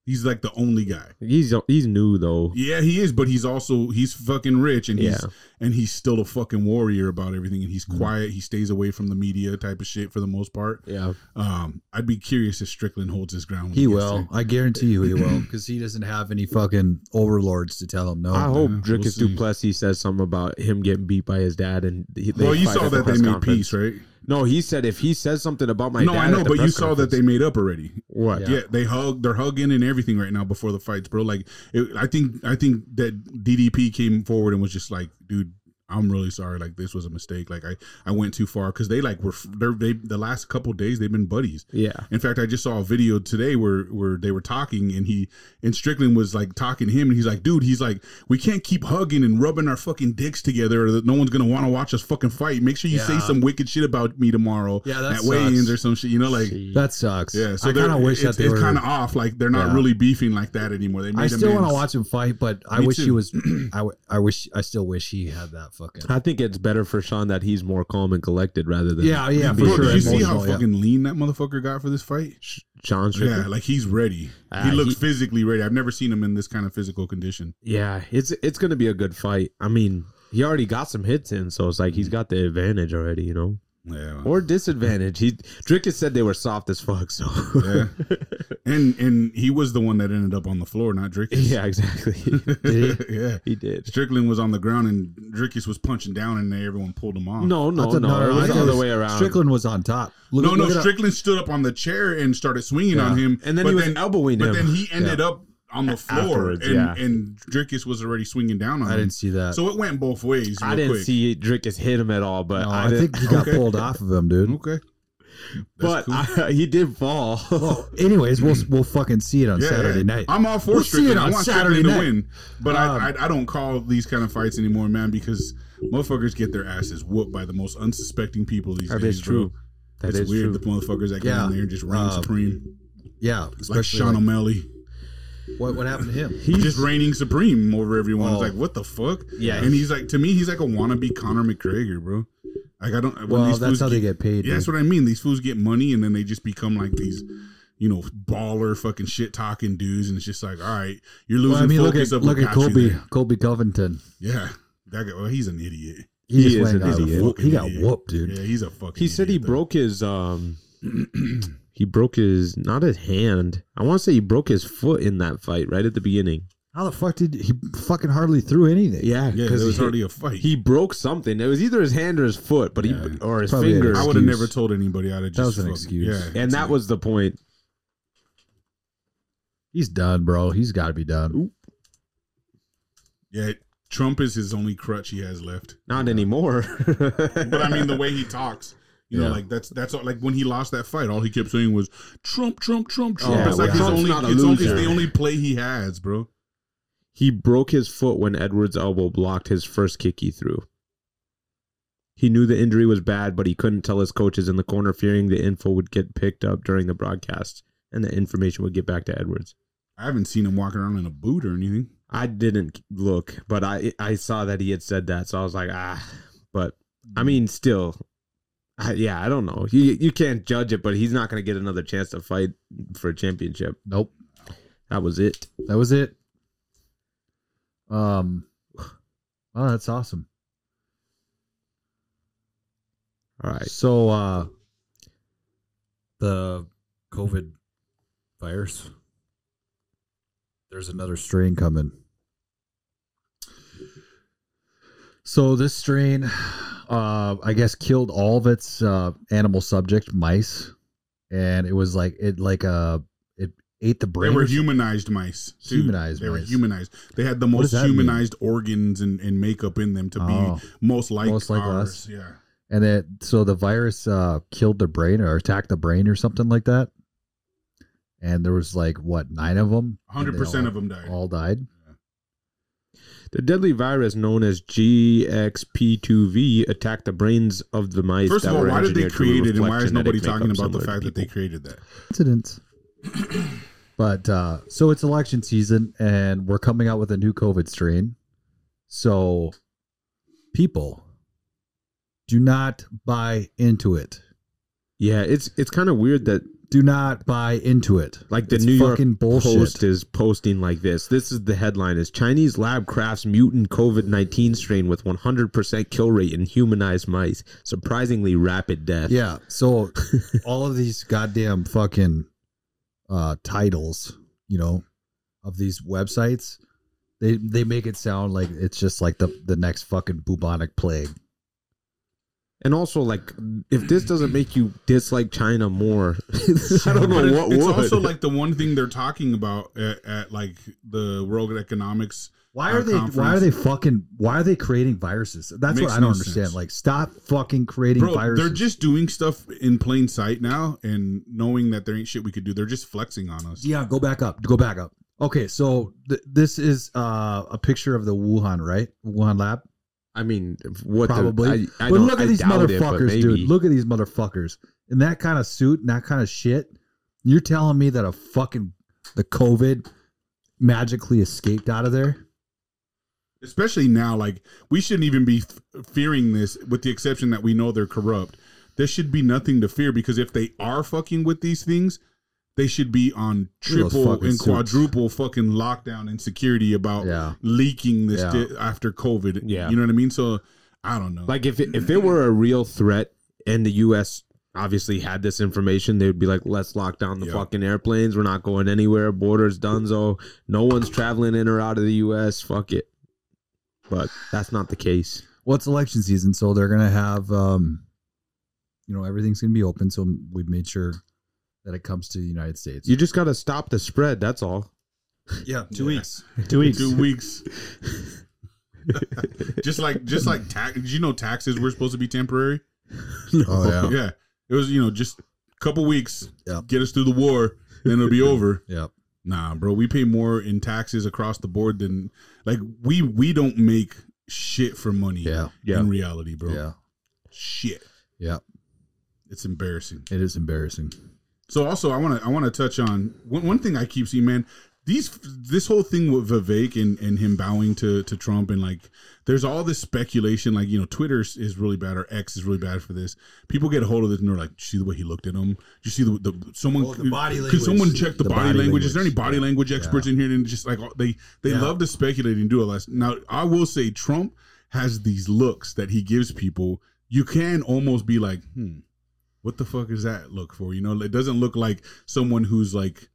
He's like the only guy. he's he's new though. Yeah, he is, but he's also he's fucking rich and he's Yeah. and he's still a fucking warrior about everything and he's Mm. quiet. He stays away from the media type of shit for the most part. Yeah, Um, I'd be curious if Strickland holds his ground. when He gets will. there. I guarantee you he will because he doesn't have any fucking overlords to tell him no. I hope yeah, Oh, we'll Drickus see. Duplessis says something about him getting beat by his dad and he, they well, you fight saw at the that they press made conference. peace, right? No, he said if he says something about my no, dad I at know, the but you press saw that they conference- made up already. what? Yeah. they hug. They're hugging and everything right now before the fights, bro. Like, it, I think I think that DDP came forward and was just like, dude. I'm really sorry. Like this was a mistake. Like I, I went too far because they like were f- they're they the last couple days they've been buddies. Yeah. In fact, I just saw a video today where where they were talking and he and Strickland was like talking to him and he's like, dude, he's like, we can't keep hugging and rubbing our fucking dicks together. Or that no one's gonna want to watch us fucking fight. Make sure you say Yeah. some wicked shit about me tomorrow Yeah, that at weigh-ins sucks. or some shit. You know, like. that sucks. Yeah, so I kind of wish it's, that they it's were. kind of off. Like they're not Yeah. really beefing like that anymore. They made I still them (clears throat) want to watch him fight, but I Me wish too. he was. I, w- I wish I still wish he had that fucking. I think it's better for Sean that he's more calm and collected rather than Yeah, yeah, for Bro, sure. did you see how Emotional, Oh, yeah. fucking lean that motherfucker got for this fight? Sh- Sean Strickland. Yeah, like he's ready. Ah, he looks he- physically ready. I've never seen him in this kind of physical condition. Yeah, it's it's gonna be a good fight. I mean, he already got some hits in, so it's like Mm-hmm. he's got the advantage already, you know, Yeah. or disadvantage. He Drickus said they were soft as fuck, so Yeah. and and he was the one that ended up on the floor, not Drickus. (laughs) (laughs) yeah, exactly. yeah. he did. Strickland was on the ground and Drickus was punching down and everyone pulled him off. No, no, That's no, a- no, no, It I was think the it other was- way around. Strickland was on top. Look, No, no, look it up. Strickland stood up on the chair and started swinging on him. and then but he was elbowing but him. then he ended up on the floor Afterwards, and, yeah. and Drickus was already swinging down on I him. didn't see that. So it went both ways. Real I didn't quick. see Drickus hit him at all, but No, I, I, didn't- think he got okay. pulled off of him, dude. Okay. That's but cool. I, (laughs) he did fall. Well, anyways, we'll we'll fucking see it on Hmm. Yeah. Saturday night. I'm all for We'll see Strickland. it I on want Saturday Strickland to night. win, but Um, I, I I don't call these kind of fights anymore, man, because motherfuckers get their asses whooped by the most unsuspecting people these (laughs) That days. is bro. true. That it's is weird the true. motherfuckers that Yeah. get in there and just reign Um, supreme, yeah, like especially Sean like, O'Malley, what what happened to him? he's just reigning supreme over everyone. Oh. It's like what the fuck? Yeah. and he's like to me, he's like a wannabe Conor McGregor, bro. Like I don't. When Well, these that's fools how they get- get paid. Yeah, that's dude. what I mean. These fools get money and then they just become like these, you know, baller fucking shit talking dudes, and it's just like, all right, you're losing Well, I mean, look at focus of what look at got you Kobe there. Kobe Covington. Yeah, that guy. Well, he's an idiot. He He, just is went an and got idiot. whooped. He got Idiot. whooped, dude. Yeah, he's a fucking. He said he idiot, though. broke his um (clears throat) he broke his not his hand. I want to say he broke his foot in that fight right at the beginning. How the fuck did he fucking hardly threw anything? Yeah, Yeah, because there was he, already a fight. he broke something. It was either his hand or his foot, but Yeah. he or his Probably finger. I would have excuse. never told anybody. I'd have just. That was an fucking- excuse. Yeah, and that was the point. He's done, bro. He's got to be done. yeah. Trump is his only crutch he has left. Not anymore. (laughs) But I mean, the way he talks. You Yeah. know, like that's that's all, like when he lost that fight, all he kept saying was Trump, Trump, Trump, Trump. Yeah, it's like well, his Trump's only, not a it's only, it's loser. the only play he has, bro. he broke his foot when Edwards' elbow blocked his first kick he threw. He knew the injury was bad, but he couldn't tell his coaches in the corner, fearing the info would get picked up during the broadcast and the information would get back to Edwards. I haven't seen him walking around in a boot or anything. I didn't look, but I I saw that he had said that, so I was like, ah. But I mean, still, I, yeah, I don't know. You you can't judge it, but he's not going to get another chance to fight for a championship. Nope. That was it. That was it. Um. (sighs) Oh, that's awesome. All right. So, uh, the COVID virus. There's another strain coming. So this strain, uh, I guess, killed all of its uh, animal subject mice, and it was like it like uh it ate the brain. They were or something. humanized mice. too. Humanized They were mice. humanized. They had the What does most that mean? humanized organs and, and makeup in them to Oh. be most like Most like ours. us. Yeah. and that so the virus uh, killed the brain or attacked the brain or something like that. And there was like what nine of them? And they 100% all- of them died. all died. The deadly virus known as GXP2V attacked the brains of the mice. First that of all, were why did they engineered to create it and why reflect is nobody genetic talking makeup about the similar fact to that they people? created (laughs) that? (clears throat) Incidents. but uh, so it's election season, and we're coming out with a new COVID strain. So, people, do not buy into it. Yeah, it's it's kind of weird that Do not buy into it. like the It's New York fucking bullshit. Post is posting like this. This is the headline: is Chinese lab crafts mutant COVID nineteen strain with one hundred percent kill rate in humanized mice. Surprisingly rapid death. Yeah. (laughs) So all of these goddamn fucking uh titles, you know, of these websites, they they make it sound like it's just like the the next fucking bubonic plague. and also like if this doesn't make you dislike China more, (laughs) I (laughs) don't know But it's, what it's would. also like the one thing they're talking about at, at like the World Economics. Why Our are they why conference. are they fucking why are they creating viruses? That's what Makes I don't no understand. sense. Like stop fucking creating Bro, viruses. they're just doing stuff in plain sight now and knowing that there ain't shit we could do. They're just flexing on us. Yeah, go back up. Go back up. Okay, so th- this is uh, a picture of the Wuhan, right? Wuhan lab. I mean, what the- Probably. I, I but don't- look I at these doubt it, but motherfuckers, maybe. dude. Look at these motherfuckers in that kind of suit and that kind of shit. You're telling me that a fucking the COVID magically escaped out of there? especially now. Like we shouldn't even be f- fearing this, with the exception that we know they're corrupt. There should be nothing to fear because if they are fucking with these things, they should be on those triple fucking and suits. quadruple fucking lockdown and security about Yeah. leaking this Yeah. di- after COVID. Yeah. you know what I mean. So I don't know. Like if it, if it were a real threat and the U.S. obviously had this information, they would be like, "Let's lock down the Yeah. fucking airplanes. We're not going anywhere. Borders donezo. No one's traveling in or out of the U.S. Fuck it." But that's not the case. Well, it's election season, so they're gonna have, um, you know, everything's gonna be open. So we've made sure that it comes to the United States. You just got to stop the spread. That's (laughs) all. yeah, two Yeah. weeks. two (laughs) weeks. two weeks. (laughs) just like just like tax. Did you know taxes were supposed to be temporary? Oh (laughs) yeah, Yeah, it was you know just a couple weeks. Yeah. Get us through the war, then it'll be over. yeah. Nah, bro, we pay more in taxes across the board than like we we don't make shit for money. Yeah. Yeah. in reality, bro. Yeah. Shit, Yeah. it's embarrassing. It is embarrassing. So also, I want to I want to touch on one, one thing I keep seeing, man. These this whole thing with Vivek and, and him bowing to to Trump and like there's all this speculation like you know Twitter is- is really bad or X is really bad for this. People get a hold of this and they're like, "Did you see the way he looked at him. Did you see the, the someone Oh, the body could language. someone check the, The body, body language? Is there any language. body Yeah. language experts in here? And just like all- they they Yeah. love to speculate and do all that. Now I will say Trump has these looks that he gives people. You can almost be like, hmm what the fuck is that look for? You know, it doesn't look like someone who's like,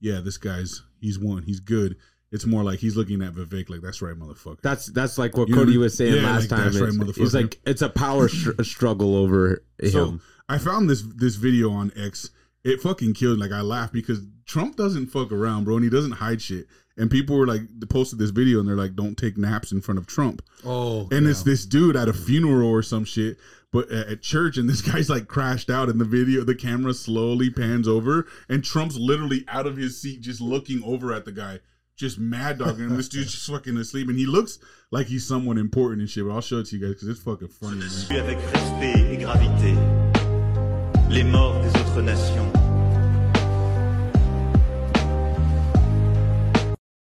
yeah, this guy's he's one, he's good. It's more like he's looking at Vivek like that's right, motherfucker. That's that's like what You know, Cody was saying yeah, last like, time. that's right, It's, it's motherfucker. like it's a power str- struggle over him. So- I found this this video on X. It fucking killed. Like I laughed because Trump doesn't fuck around, bro, and he doesn't hide shit. And people were like, they posted this video and they're like, don't take naps in front of Trump. Oh, And it's this dude at a funeral or some shit, but at, at church, and this (laughs) guy's like crashed out, and the video, the camera slowly pans over, and Trump's literally out of his seat, just looking over at the guy, just mad dogging him. this dude's just fucking asleep, and he looks like he's someone important and shit. But I'll show it to you guys because it's fucking funny. Man. suis avec respect et gravité les morts des autres nations.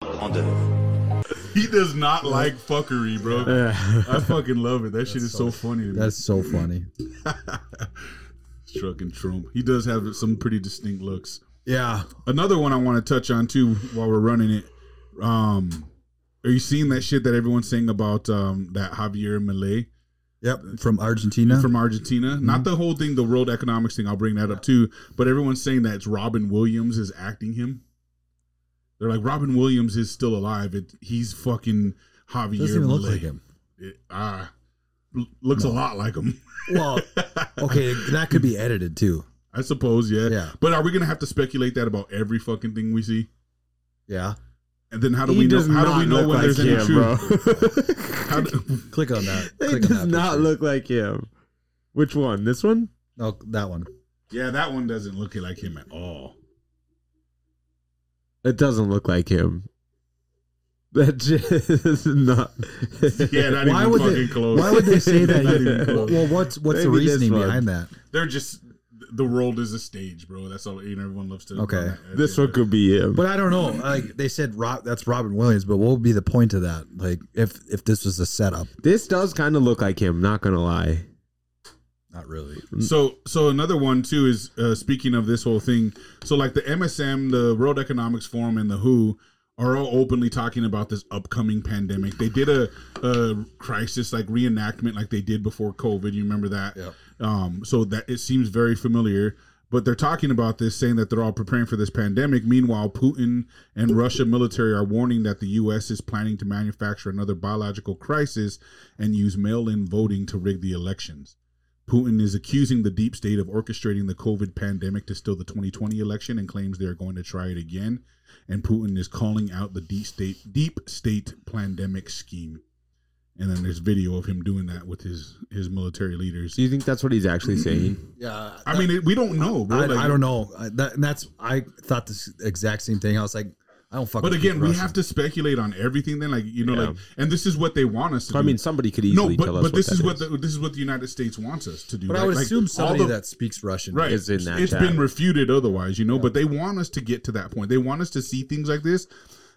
Grandeur. He does not like fuckery, bro. (laughs) I fucking love it. That shit is so, funny. To me. that's so funny. trucking Trump. He does have some pretty distinct looks. yeah. Another one I want to touch on too while we're running it. Um, are you seeing that shit that everyone's saying about um, that Javier Malay Yep. From Argentina. from Argentina? Mm-hmm. Not the whole thing, the world economics thing. I'll bring that up too. But everyone's saying that it's Robin Williams is acting him. They're like Robin Williams is still alive. It, he's fucking Javier. doesn't even look Milei. like him. It, ah, l- looks a lot like him. Well, okay, that could be edited too. (laughs) I suppose, yeah. Yeah. But are we gonna have to speculate that about every fucking thing we see? Yeah. And then how do He we know? does How do not we know look when like there's any him, truth? (laughs) bro. How do- Click on that. It Click on does that not picture. look like him. Which one? This one? No, that one. yeah, that one doesn't look like him at all. It doesn't look like him. That (laughs) just not. Yeah, not Why even would fucking they? close. Why would they say (laughs) that? Not even close. well, what's what's the Maybe this reasoning one. behind that? They're just the world is a stage, bro. That's all. You know, everyone loves to. uh, Okay. (laughs) this one could be him. But I don't know. Like they said, Rob, that's Robin Williams. But what would be the point of that? Like if if this was a setup, this does kind of look like him. Not gonna lie. not really. So, so another one too is uh, speaking of this whole thing. So, like the MSM, the World Economics Forum, and the WHO are all openly talking about this upcoming pandemic. They did a, a crisis like reenactment, like they did before COVID. You remember that? Yeah. Um, so that it seems very familiar. But they're talking about this, saying that they're all preparing for this pandemic. Meanwhile, Putin and Russia military are warning that the U.S. is planning to manufacture another biological crisis and use mail-in voting to rig the elections. Putin is accusing the deep state of orchestrating the COVID pandemic to steal the 2020 election and claims they are going to try it again. And Putin is calling out the deep state deep state pandemic scheme. And then there's video of him doing that with his his military leaders. Do you think that's what he's actually saying? Yeah, I mean, it, we don't know, bro. I, Like, I don't know. I, that and that's I thought this exact same thing. I was like, I don't fucking. But again, speak we Russian. have to speculate on everything. Then, like you know, Yeah. like, and this is what they want us to. (clears throat) I do. mean, somebody could no, easily but tell us. but this that is what (laughs) the, this is what the United States wants us to do. But I Like- would like, assume all somebody the- that speaks Russian, right is in that it's chat. been refuted otherwise you know but they want us to get to that point they want us to see things like this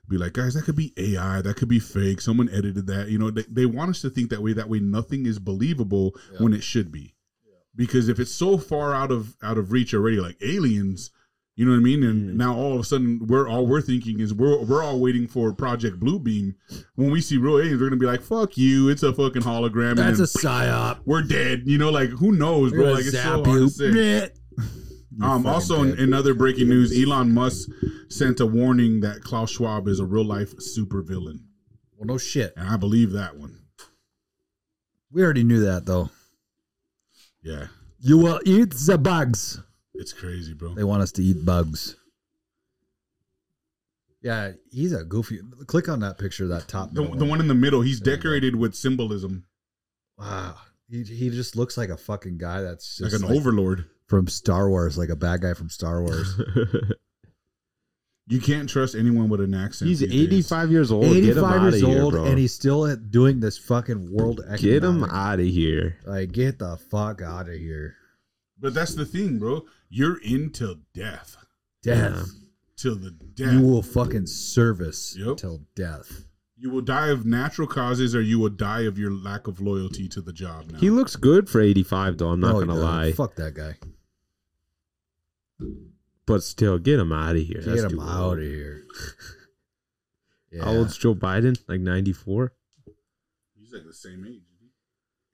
be like, guys, that could be AI, that could be fake. Someone edited that. You know, they, they want us to think that way. That way, nothing is believable when it should be, because if it's so far out of out of reach already, like aliens. You know what I mean? And Mm. now all of a sudden, we're all we're thinking is we're we're all waiting for Project Bluebeam. When we see real aliens, we're gonna be like, "Fuck you! It's a fucking hologram." and That's a then psyop. we're dead. You know, like who knows, We're bro? gonna Like it's so hard zap you. to say. You're Um, fucking also, in, dead. in other breaking news, e- Elon Musk sent a warning that Klaus Schwab is a real life supervillain, well, no shit. and I believe that one. We already knew that though. Yeah, You will eat the bugs. it's crazy, bro. They want us to eat bugs. Yeah, he's a goofy. Click on that picture. of That top. The, middle the one in the middle, he's decorated with symbolism, Wow. He, he just looks like a fucking guy that's like just an like overlord. from Star Wars, like a bad guy from (laughs) Star Wars. You can't trust anyone with an accent. He's these days. 85 years old. 85 years old, bro. and he's still at- doing this fucking world economic. get him out of here. Like, get the fuck out of here. But that's the thing, bro. You're in till death, Death. till the death. You will fucking service Yep. till death. You will die of natural causes, or you will die of your lack of loyalty to the job. Now He looks good for 85, though. I'm not No, he gonna doesn't. lie, Oh, Fuck that guy. but still, get him out of here. Get That's him too old. out of here. (laughs) yeah. How old's Joe Biden? Like 94. he's like the same age, isn't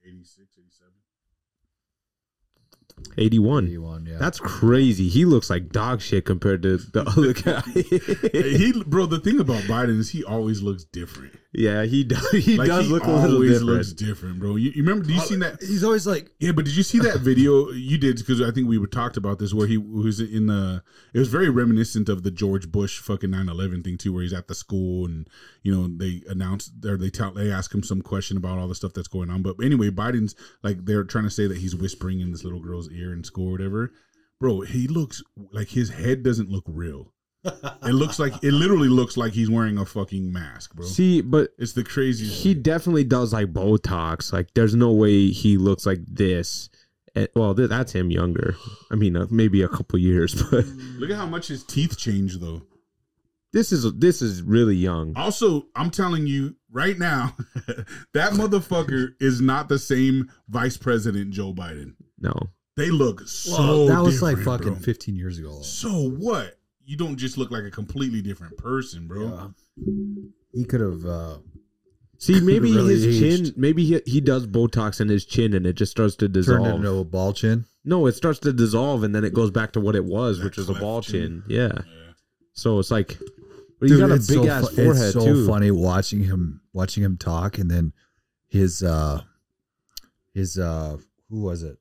he? 86, 87. 81. 81, yeah. That's crazy. He looks like dog shit compared to the (laughs) other guy. Hey, he, bro, the thing about Biden is he always looks different. yeah, he does. (laughs) He Like, does he look a little different. looks different, bro. You, you remember? Do you seen that? He's always like, Yeah, but did you see that video? You did because I think we were talked about this where he was in the. It was very reminiscent of the George Bush fucking 9-11 thing too, where he's at the school and you know they announce or they tell they ask him some question about all the stuff that's going on. But anyway, Biden's like they're trying to say that he's whispering in this little girl's ear in school or whatever. Bro, he looks like his head doesn't look real. It looks like it literally looks like he's wearing a fucking mask, bro. See, but It's the craziest. he definitely does like Botox. Like, there's no way he looks like this. And, well, th- that's him younger. I mean, uh, maybe a couple years, (laughs) but Look at how much his teeth change though. this is this is really young. Also, I'm telling you right now, (laughs) that motherfucker is not the same Vice President Joe Biden. No, They look so. well, that was like different, fucking bro. 15 years ago. So what? You don't just look like a completely different person, bro. Yeah. He could have. Uh, see, maybe Really his chin. aged. Maybe he he does Botox in his chin, and it just starts to dissolve. turned into a ball chin. No, it starts to dissolve and then it goes back to what it was, That which was a cleft ball chin. chin. Yeah. Yeah. So it's like but you got a big it's so ass fu- forehead It's so too. funny watching him watching him talk, and then his uh his uh who (laughs) was it?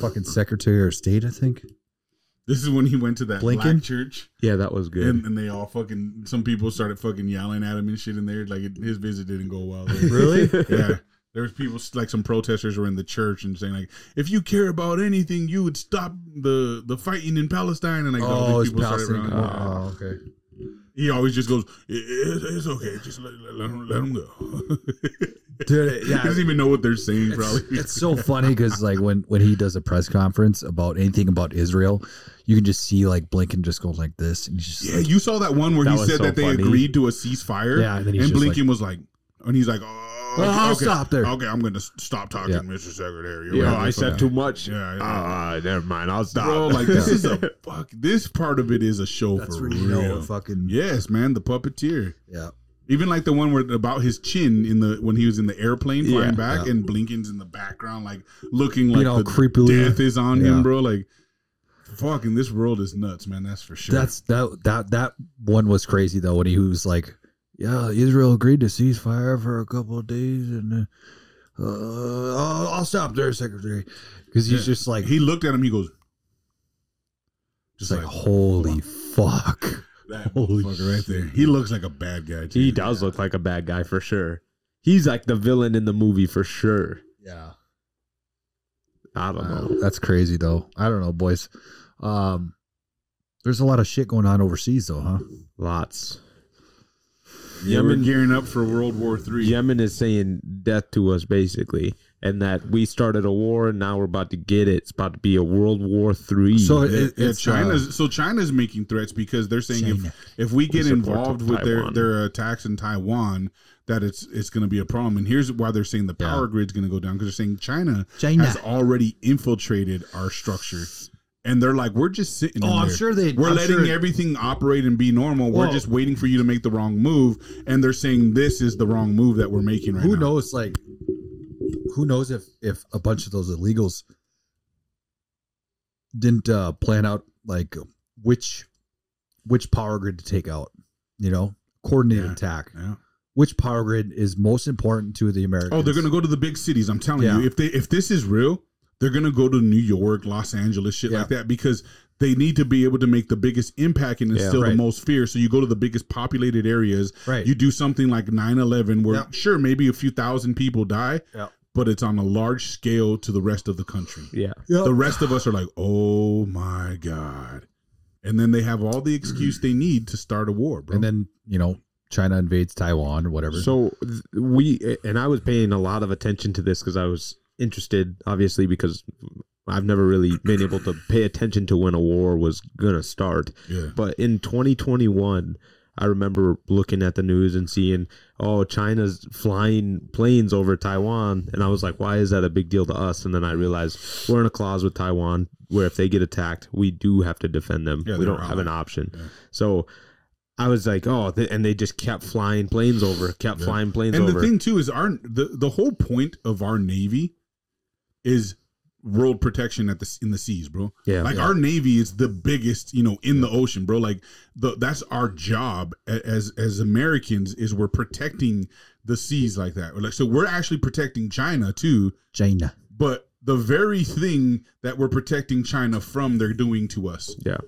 Fucking Secretary of State, I think. This is when he went to that black Blinken? church, Yeah, that was good. and, and they all fucking. Some people started fucking yelling at him and shit in there. Like it, his visit didn't go (laughs) well. Really? yeah. There was people like some protesters were in the church and saying like, if you care about anything, you would stop the the fighting in Palestine. And like all oh, these it's people started Palestine. running. Oh, okay. He always just goes, "I- I- "It's okay, just let, let, let, him, let him go." (laughs) Dude, it- he (laughs) yeah. doesn't even know what they're saying. Probably. It's so funny because like when when he does a press conference about anything about Israel, you can just see like Blinken just goes like this, and he's just yeah, you saw that one where That he was said so that they funny. agreed to a ceasefire, Yeah, and then he's just Blinken was like, and he's like, "Oh, Oh, okay, I'll okay, stop there." Okay, I'm going to stop talking, Yeah. Mr. Secretary. yeah, Whatever. I said too much. Yeah, yeah. Ah, never mind. I'll stop. (laughs) Bro, (laughs) like this is a fuck. This part of it is a show that's for when real. you know fucking yeah. Yes, man, the puppeteer. Even like the one where about his chin in the when he was in the airplane flying Yeah. back, and Blinken's in the background, like looking like Being all the creepily- death is on him, Yeah. bro. Like, fucking, this world is nuts, man. That's for sure. That's that that that one was crazy though when he was like, "Yeah, Israel agreed to ceasefire for a couple of days, and uh, uh, I'll stop there, Secretary," because he's Yeah. just like, he looked at him. He goes, just like, "Holy fuck!" that Holy motherfucker right there. He looks like a bad guy. Too. he does look like a bad guy for sure. He's like the villain in the movie for sure. Yeah, I don't Wow, know. uh, that's crazy though. I don't know, boys. Um, there's a lot of shit going on overseas though, huh? Lots. Yeah, we're Yemen gearing up for World War Three. Yemen is saying death to us basically. and that we started a war and now we're about to get it. It's about to be a World War Three. So it, Yeah, yeah, it's uh, China's so China's making threats because they're saying China. if if we get support involved with their Taiwan. their attacks in Taiwan, that it's it's going to be a problem. And here's why they're saying the power grid's going to go down because they're saying China, China. has already infiltrated our structure, and they're like, we're just sitting. Oh, in I'm there. sure they- We're I'm letting sure- everything operate and be normal. we're Well- just waiting for you to make the wrong move, and they're saying this is the wrong move that we're making right who now. knows like who knows if if a bunch of those illegals didn't uh plan out like which which power grid to take out you know coordinated Yeah. attack Yeah. which power grid is most important to the americans Oh, they're gonna go to the big cities. I'm telling Yeah. you, if they if this is real, they're gonna go to New York, Los Angeles, shit Yeah. like that, because they need to be able to make the biggest impact and instill right. the most fear. So you go to the biggest populated areas. right You do something like 9-11 where Yeah. sure maybe a few thousand people die, Yeah. but it's on a large scale to the rest of the country. yeah, Yeah. The rest of us are like, oh my God. And then they have all the excuse Mm. they need to start a war, bro. and then you know china invades taiwan or whatever So th- we and I was paying a lot of attention to this because I was interested, obviously, because I've never really been able to pay attention to when a war was gonna start. yeah. But in 2021, I remember looking at the news and seeing, oh, China's flying planes over Taiwan, and I was like, why is that a big deal to us? And then I realized we're in a clause with Taiwan where if they get attacked, we do have to defend them. Yeah, we they're don't have an allied. option. Yeah. So. I was like, oh, th- and they just kept flying planes over, kept Yeah. flying planes and the over. thing too is our the, the whole point of our navy is world protection at the s- in the seas bro Yeah. like Yeah. our navy is the biggest you know in the ocean bro like the, that's our job a- as as americans is we're protecting the seas like that like so we're actually protecting china too china but the very thing that we're protecting china from they're doing to us yeah,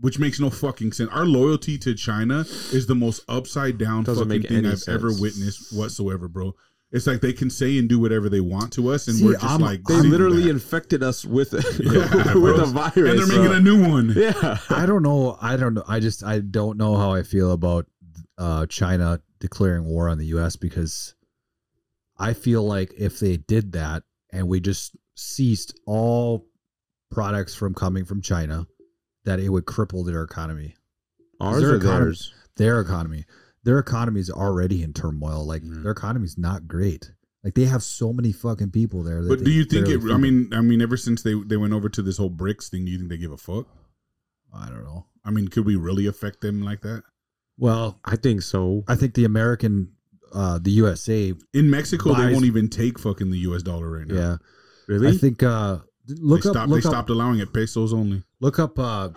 which makes no fucking sense. Our loyalty to China is the most upside down Doesn't fucking make thing any I've ever sense. witnessed whatsoever, bro. It's like they can say and do whatever they want to us, and See, we're just I'm- like they seeing literally that. infected us with (laughs) Yeah, with bro. a virus, and they're making so- a new one. yeah, I don't know. I don't know. I just I don't know how I feel about uh, China declaring war on the U.S. because I feel like if they did that and we just ceased all products from coming from China, that it would cripple their economy. ours Their or economy- theirs. Their economy. Their economy is already in turmoil. Like Mhm. their economy's not great. Like they have so many fucking people there. That But they do you think it? barely I feed. mean, I mean, ever since they they went over to this whole BRICS thing, do you think they give a fuck? I don't know. I mean, could we really affect them like that Well, I think so. I think the American, uh, the USA, in Mexico? Buys- They won't even take fucking the U.S. dollar right now. yeah. Really? I think uh look they up stopped. look they up stopped allowing it. Pesos only. look up uh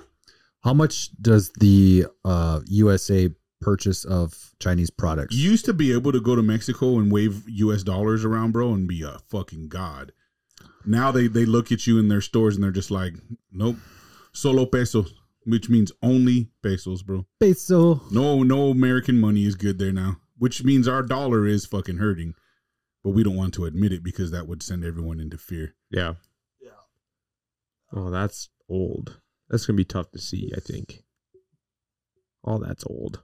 how much does the uh USA purchase of Chinese products? You used to be able to go to Mexico and wave U.S. dollars around, bro, and be a fucking god. Now they they look at you in their stores and they're just like, nope, solo pesos, which means only pesos, bro. peso. No, no American money is good there now, which means our dollar is fucking hurting, but we don't want to admit it because that would send everyone into fear. Yeah. Yeah. Oh, that's old. That's gonna be tough to see. I think. Oh, that's old.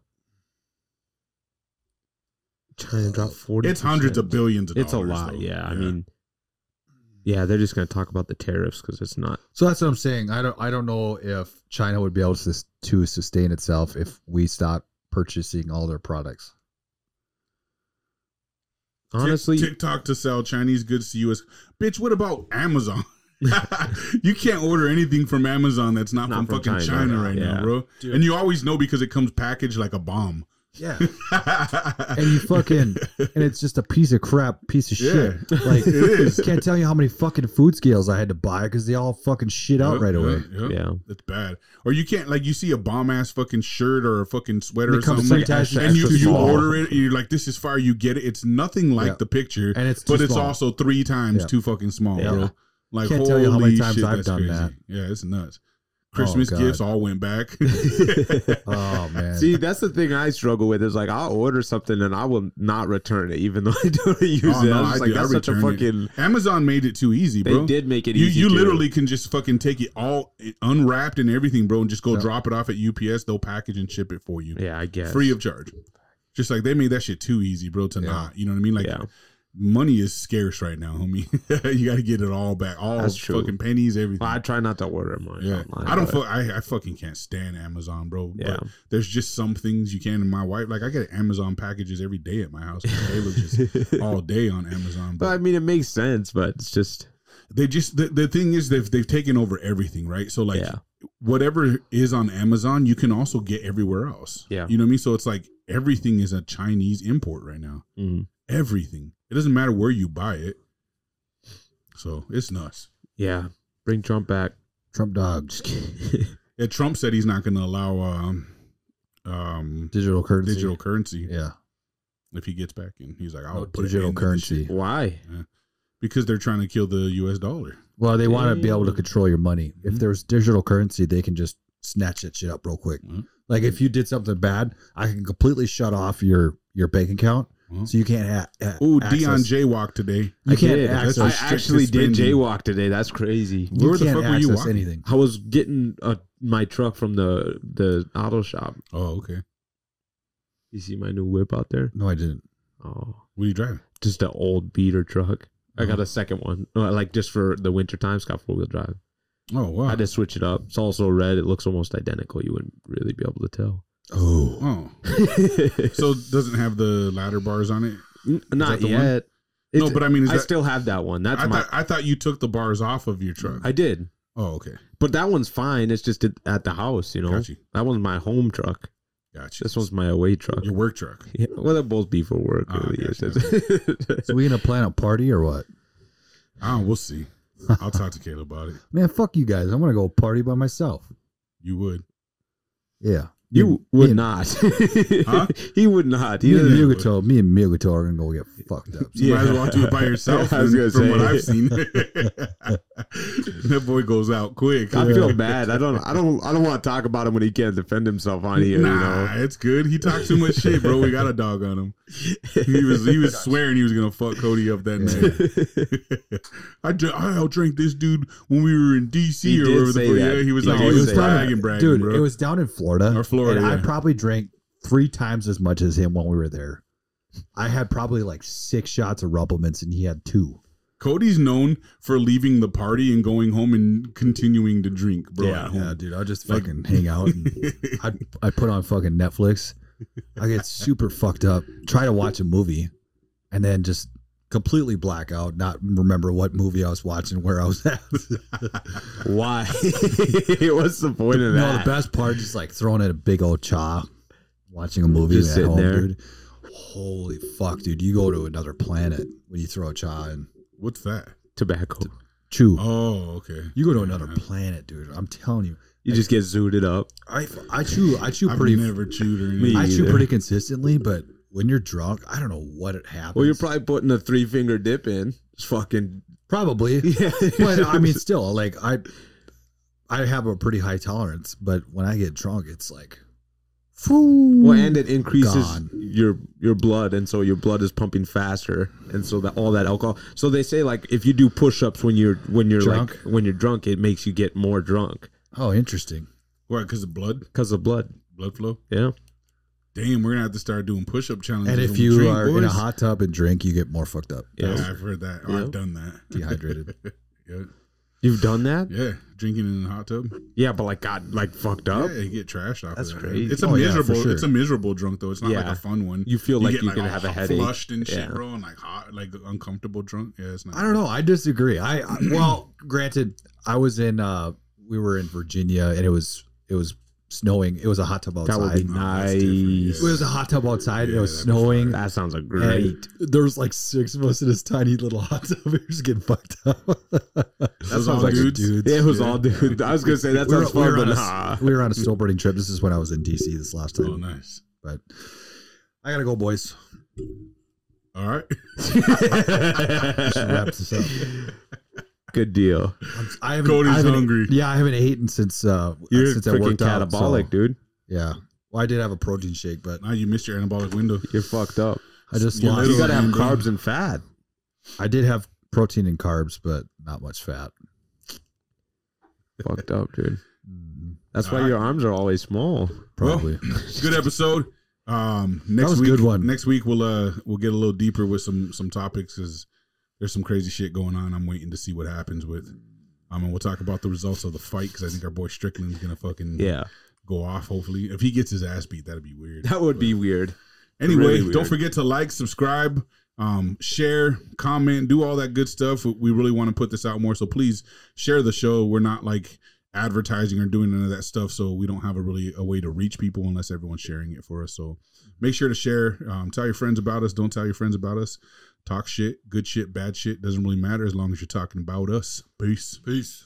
China dropped forty. It's hundreds of billions of It's a dollars. lot. though. Yeah, I mean, yeah, they're just gonna talk about the tariffs because it's not. So that's what I'm saying. I don't I don't know if China would be able to, sus- to sustain itself if we stop purchasing all their products. Tik- Honestly, TikTok to sell Chinese goods to U.S. Bitch, what about Amazon? (laughs) you can't order anything from Amazon that's not, Not from, from fucking China, China. right Yeah. now, bro. And you always know because it comes packaged like a bomb. (laughs) Yeah. and And you fucking and it's just a piece of crap, piece of Yeah. (laughs) shit. Like It is. can't tell you how many fucking food scales I had to buy because they all fucking shit out right away. yeah. It's bad. Or you can't like you see a bomb ass fucking shirt or a fucking sweater It or comes something. sometimes and you, extra you small. order it and you're like, this is fire, you get it. It's nothing like Yeah. the picture. And it's but too it's small. also three times Yeah. too fucking small, Yeah. bro. Like Can't holy tell you how many times shit, I've that's done crazy. that. Oh, Yeah, it's nuts. Christmas God. gifts all went (laughs) back. (laughs) Oh man. See, that's the thing I struggle with is like I'll order something and I will not return it, even though I don't (laughs) use Oh, it. no, I'm just I like do. I that's such a return it. fucking. Amazon made it too easy, They bro. did make it you easy. you too. literally can just fucking take it all unwrapped and everything, bro, and just go Yeah. drop it off at UPS. They'll package and ship it for you, Yeah, I guess. free of charge. Just like they made that shit too easy, bro, to Yeah. not. You know what I mean? Like yeah. money is scarce right now, homie. (laughs) you got to get it all back, all That's true. fucking pennies, everything. Well, I try not to order mine. yeah, online, I don't. but- Fu- I I fucking can't stand Amazon, bro. uh, Yeah. But there's just some things you can. And my wife, like, I get Amazon packages every day at my house. Kayla (laughs) just all day on Amazon. But I mean, it makes sense, but it's just they just the, the thing is they've they've taken over everything, right? So like yeah, whatever is on Amazon, you can also get everywhere else. Yeah. You know what I mean? So it's like everything is a Chinese import right now. Mhm. Everything. It doesn't matter where you buy it. So it's nuts. yeah. Bring Trump back. Trump dogs, (laughs) And Trump said he's not going to allow um, um, digital currency. digital currency Yeah. if he gets back in. He's like, I'll Oh, put an digital end to this shit. currency. Why? because they're trying to kill the U.S. dollar. Well, they want to be able to Dang. control your money. Mhm. If there's digital currency, they can just snatch that shit up real quick. Mhm. Like if you did something bad, I can completely shut off your your bank account, Mhm. so you can't have. Ha- Ooh, access- Dion jaywalk today. You I can't did. access. That's- I actually did spending. jaywalk today. That's crazy. you where the can't fuck were you access walking? anything. I was getting uh, my truck from the the auto shop. Oh, okay. You see my new whip out there? No, I didn't. Oh, What are you driving? just an old beater truck. I Uh-huh. got a second one, uh, like just for the winter time. It's got four wheel drive. Oh, wow. I had to switch it up. It's also red. It looks almost identical. You wouldn't really be able to (laughs) tell. Oh, Oh, so it doesn't have the ladder bars on it? N- Not that the one? yet. no, but I mean, is I that, still have that one. That's I my. thought I thought you took the bars off of your truck. I did, oh, okay. but that one's fine. It's just at, at the house, you know. Got you. That one's my home truck. Got you. This one's my away truck. your work truck. Yeah, well, they'll both be for work. Ah, Really. gotcha. (laughs) so we gonna plan a party or what? Ah, we'll see. I'll talk to Caleb about it. Man, fuck you guys. I'm gonna go party by myself. You would. Yeah, (laughs) you would me and- not. (laughs) He would not. He Me and doesn't- would. Mugato, me and Mugato are gonna go get fucked up. So You might as well do it by yourself. (laughs) I was then, gonna from what say. I've seen, (laughs) (laughs) that boy goes out quick. (laughs) I feel bad. I don't. I don't. I don't want to talk about him when he can't defend himself on here. You Nah, know. it's good. He talked too much shit, bro. We got a dog on him. He was he (laughs) was swearing he was gonna fuck Cody up that (laughs) night. I dr- I outdrank this dude when we were in DC He or did wherever the say fuck- that. Yeah, he was He like he did was say that. bragging, bragging, Dude, bro. it was down in Florida. Or Florida, And I yeah. probably drank three times as much as him when we were there. I had probably like six shots of supplements and he had two. Cody's known for leaving the party and going home and continuing to drink, bro. at home. dude. I'll just Like- fucking hang out. (laughs) And I I put on fucking Netflix. I get super fucked up. Try to watch a movie, and then just completely black out. Not remember what movie I was watching, where I was at. (laughs) Why? (laughs) What's the point of No, the that? best part is like throwing in a big old cha, watching a movie Just at sitting home, there. dude. Holy fuck, dude! You go to another planet when you throw a cha and What's that? Tobacco. chew. Oh, okay. You go to another planet, dude. I'm telling you, You just get zooted up. I I chew I chew I've pretty never chewed or Me. anything. I chew either. pretty consistently, but when you're drunk, I don't know what it happens. Well, you're probably putting a three finger dip in. It's fucking. probably, (laughs) Yeah. (laughs) but I mean, still, like I I have a pretty high tolerance, but when I get drunk, it's like, Well, and it increases Mm. Gone. your your blood, and so your blood is pumping faster, and so that all that alcohol. So they say like if you do push ups when you're when you're Drunk? like when you're drunk, it makes you get more drunk oh, interesting. Why? Because of blood, because of blood. blood flow. Yeah. Damn, we're gonna have to start doing push-up challenges. And when if we you drink, are in a boys. hot tub and drink, you get more fucked up. yeah, Yeah. I've heard that. Oh, Yeah. I've done that. Dehydrated. yeah. You've done that? yeah, drinking in a hot tub. Yeah, but like got like fucked up. Yeah, you get trashed off. That's of that. crazy. It's a Oh, yeah, for miserable. sure. It's a miserable drunk though. It's not like Yeah. a fun one. You feel like get, you can have a all headache. flushed and shit, Yeah. bro, and like hot, like uncomfortable drunk. Yeah, it's not. I don't know. I disagree. I I- well, granted, I was in uh we were in Virginia and it was it was snowing. It was a hot tub outside. That would No, be that's different, nice. it was a hot tub outside. it was Yeah, that'd be snowing. That sounds like (laughs) great. And there was like six of us in this tiny little hot tub. (laughs) We were just getting fucked up. That I sounds was like, dudes. dudes. Yeah, it was Yeah. all dude. I was gonna say that We were, sounds we fun, were but on a, nah. we were on a snowboarding trip. This is when I was in DC this last time. Oh, nice. But I gotta (laughs) go, boys. All right. Should wrap this up. Good deal. I'm, I haven't- Cody's I haven't- hungry. Yeah, I haven't eaten since uh You're since I freaking worked out. so- catabolic, dude. Yeah. Well, I did have a protein shake, but Now you missed your anabolic window. You're fucked up. I just You lost. little- You gotta have man, bro. carbs and fat. I did have protein and carbs, but not much fat. fucked up, dude. Mhm. Mm-hmm. That's why Alright. your arms are always small. Well, Probably. Good episode. Um, next was a week, good one. Next week we'll uh we'll get a little deeper with some some topics because there's some crazy shit going on. I'm waiting to see what happens with. Um, and we'll talk about the results of the fight because I think our boy Strickland's gonna fucking Yeah, go off. Hopefully, if he gets his ass beat, that'd be weird. that would be weird. Anyway, Really weird. don't forget to like, subscribe, um, share, comment, do all that good stuff. We- We really want to put this out more, so please share the show. We're not like advertising or doing none of that stuff, so we don't have a really a way to reach people unless everyone's sharing it for us. So make sure to share. Um, tell your friends about us. Don't tell your friends about us. Talk shit, good shit, bad shit doesn't really matter as long as you're talking about us. Peace. Peace.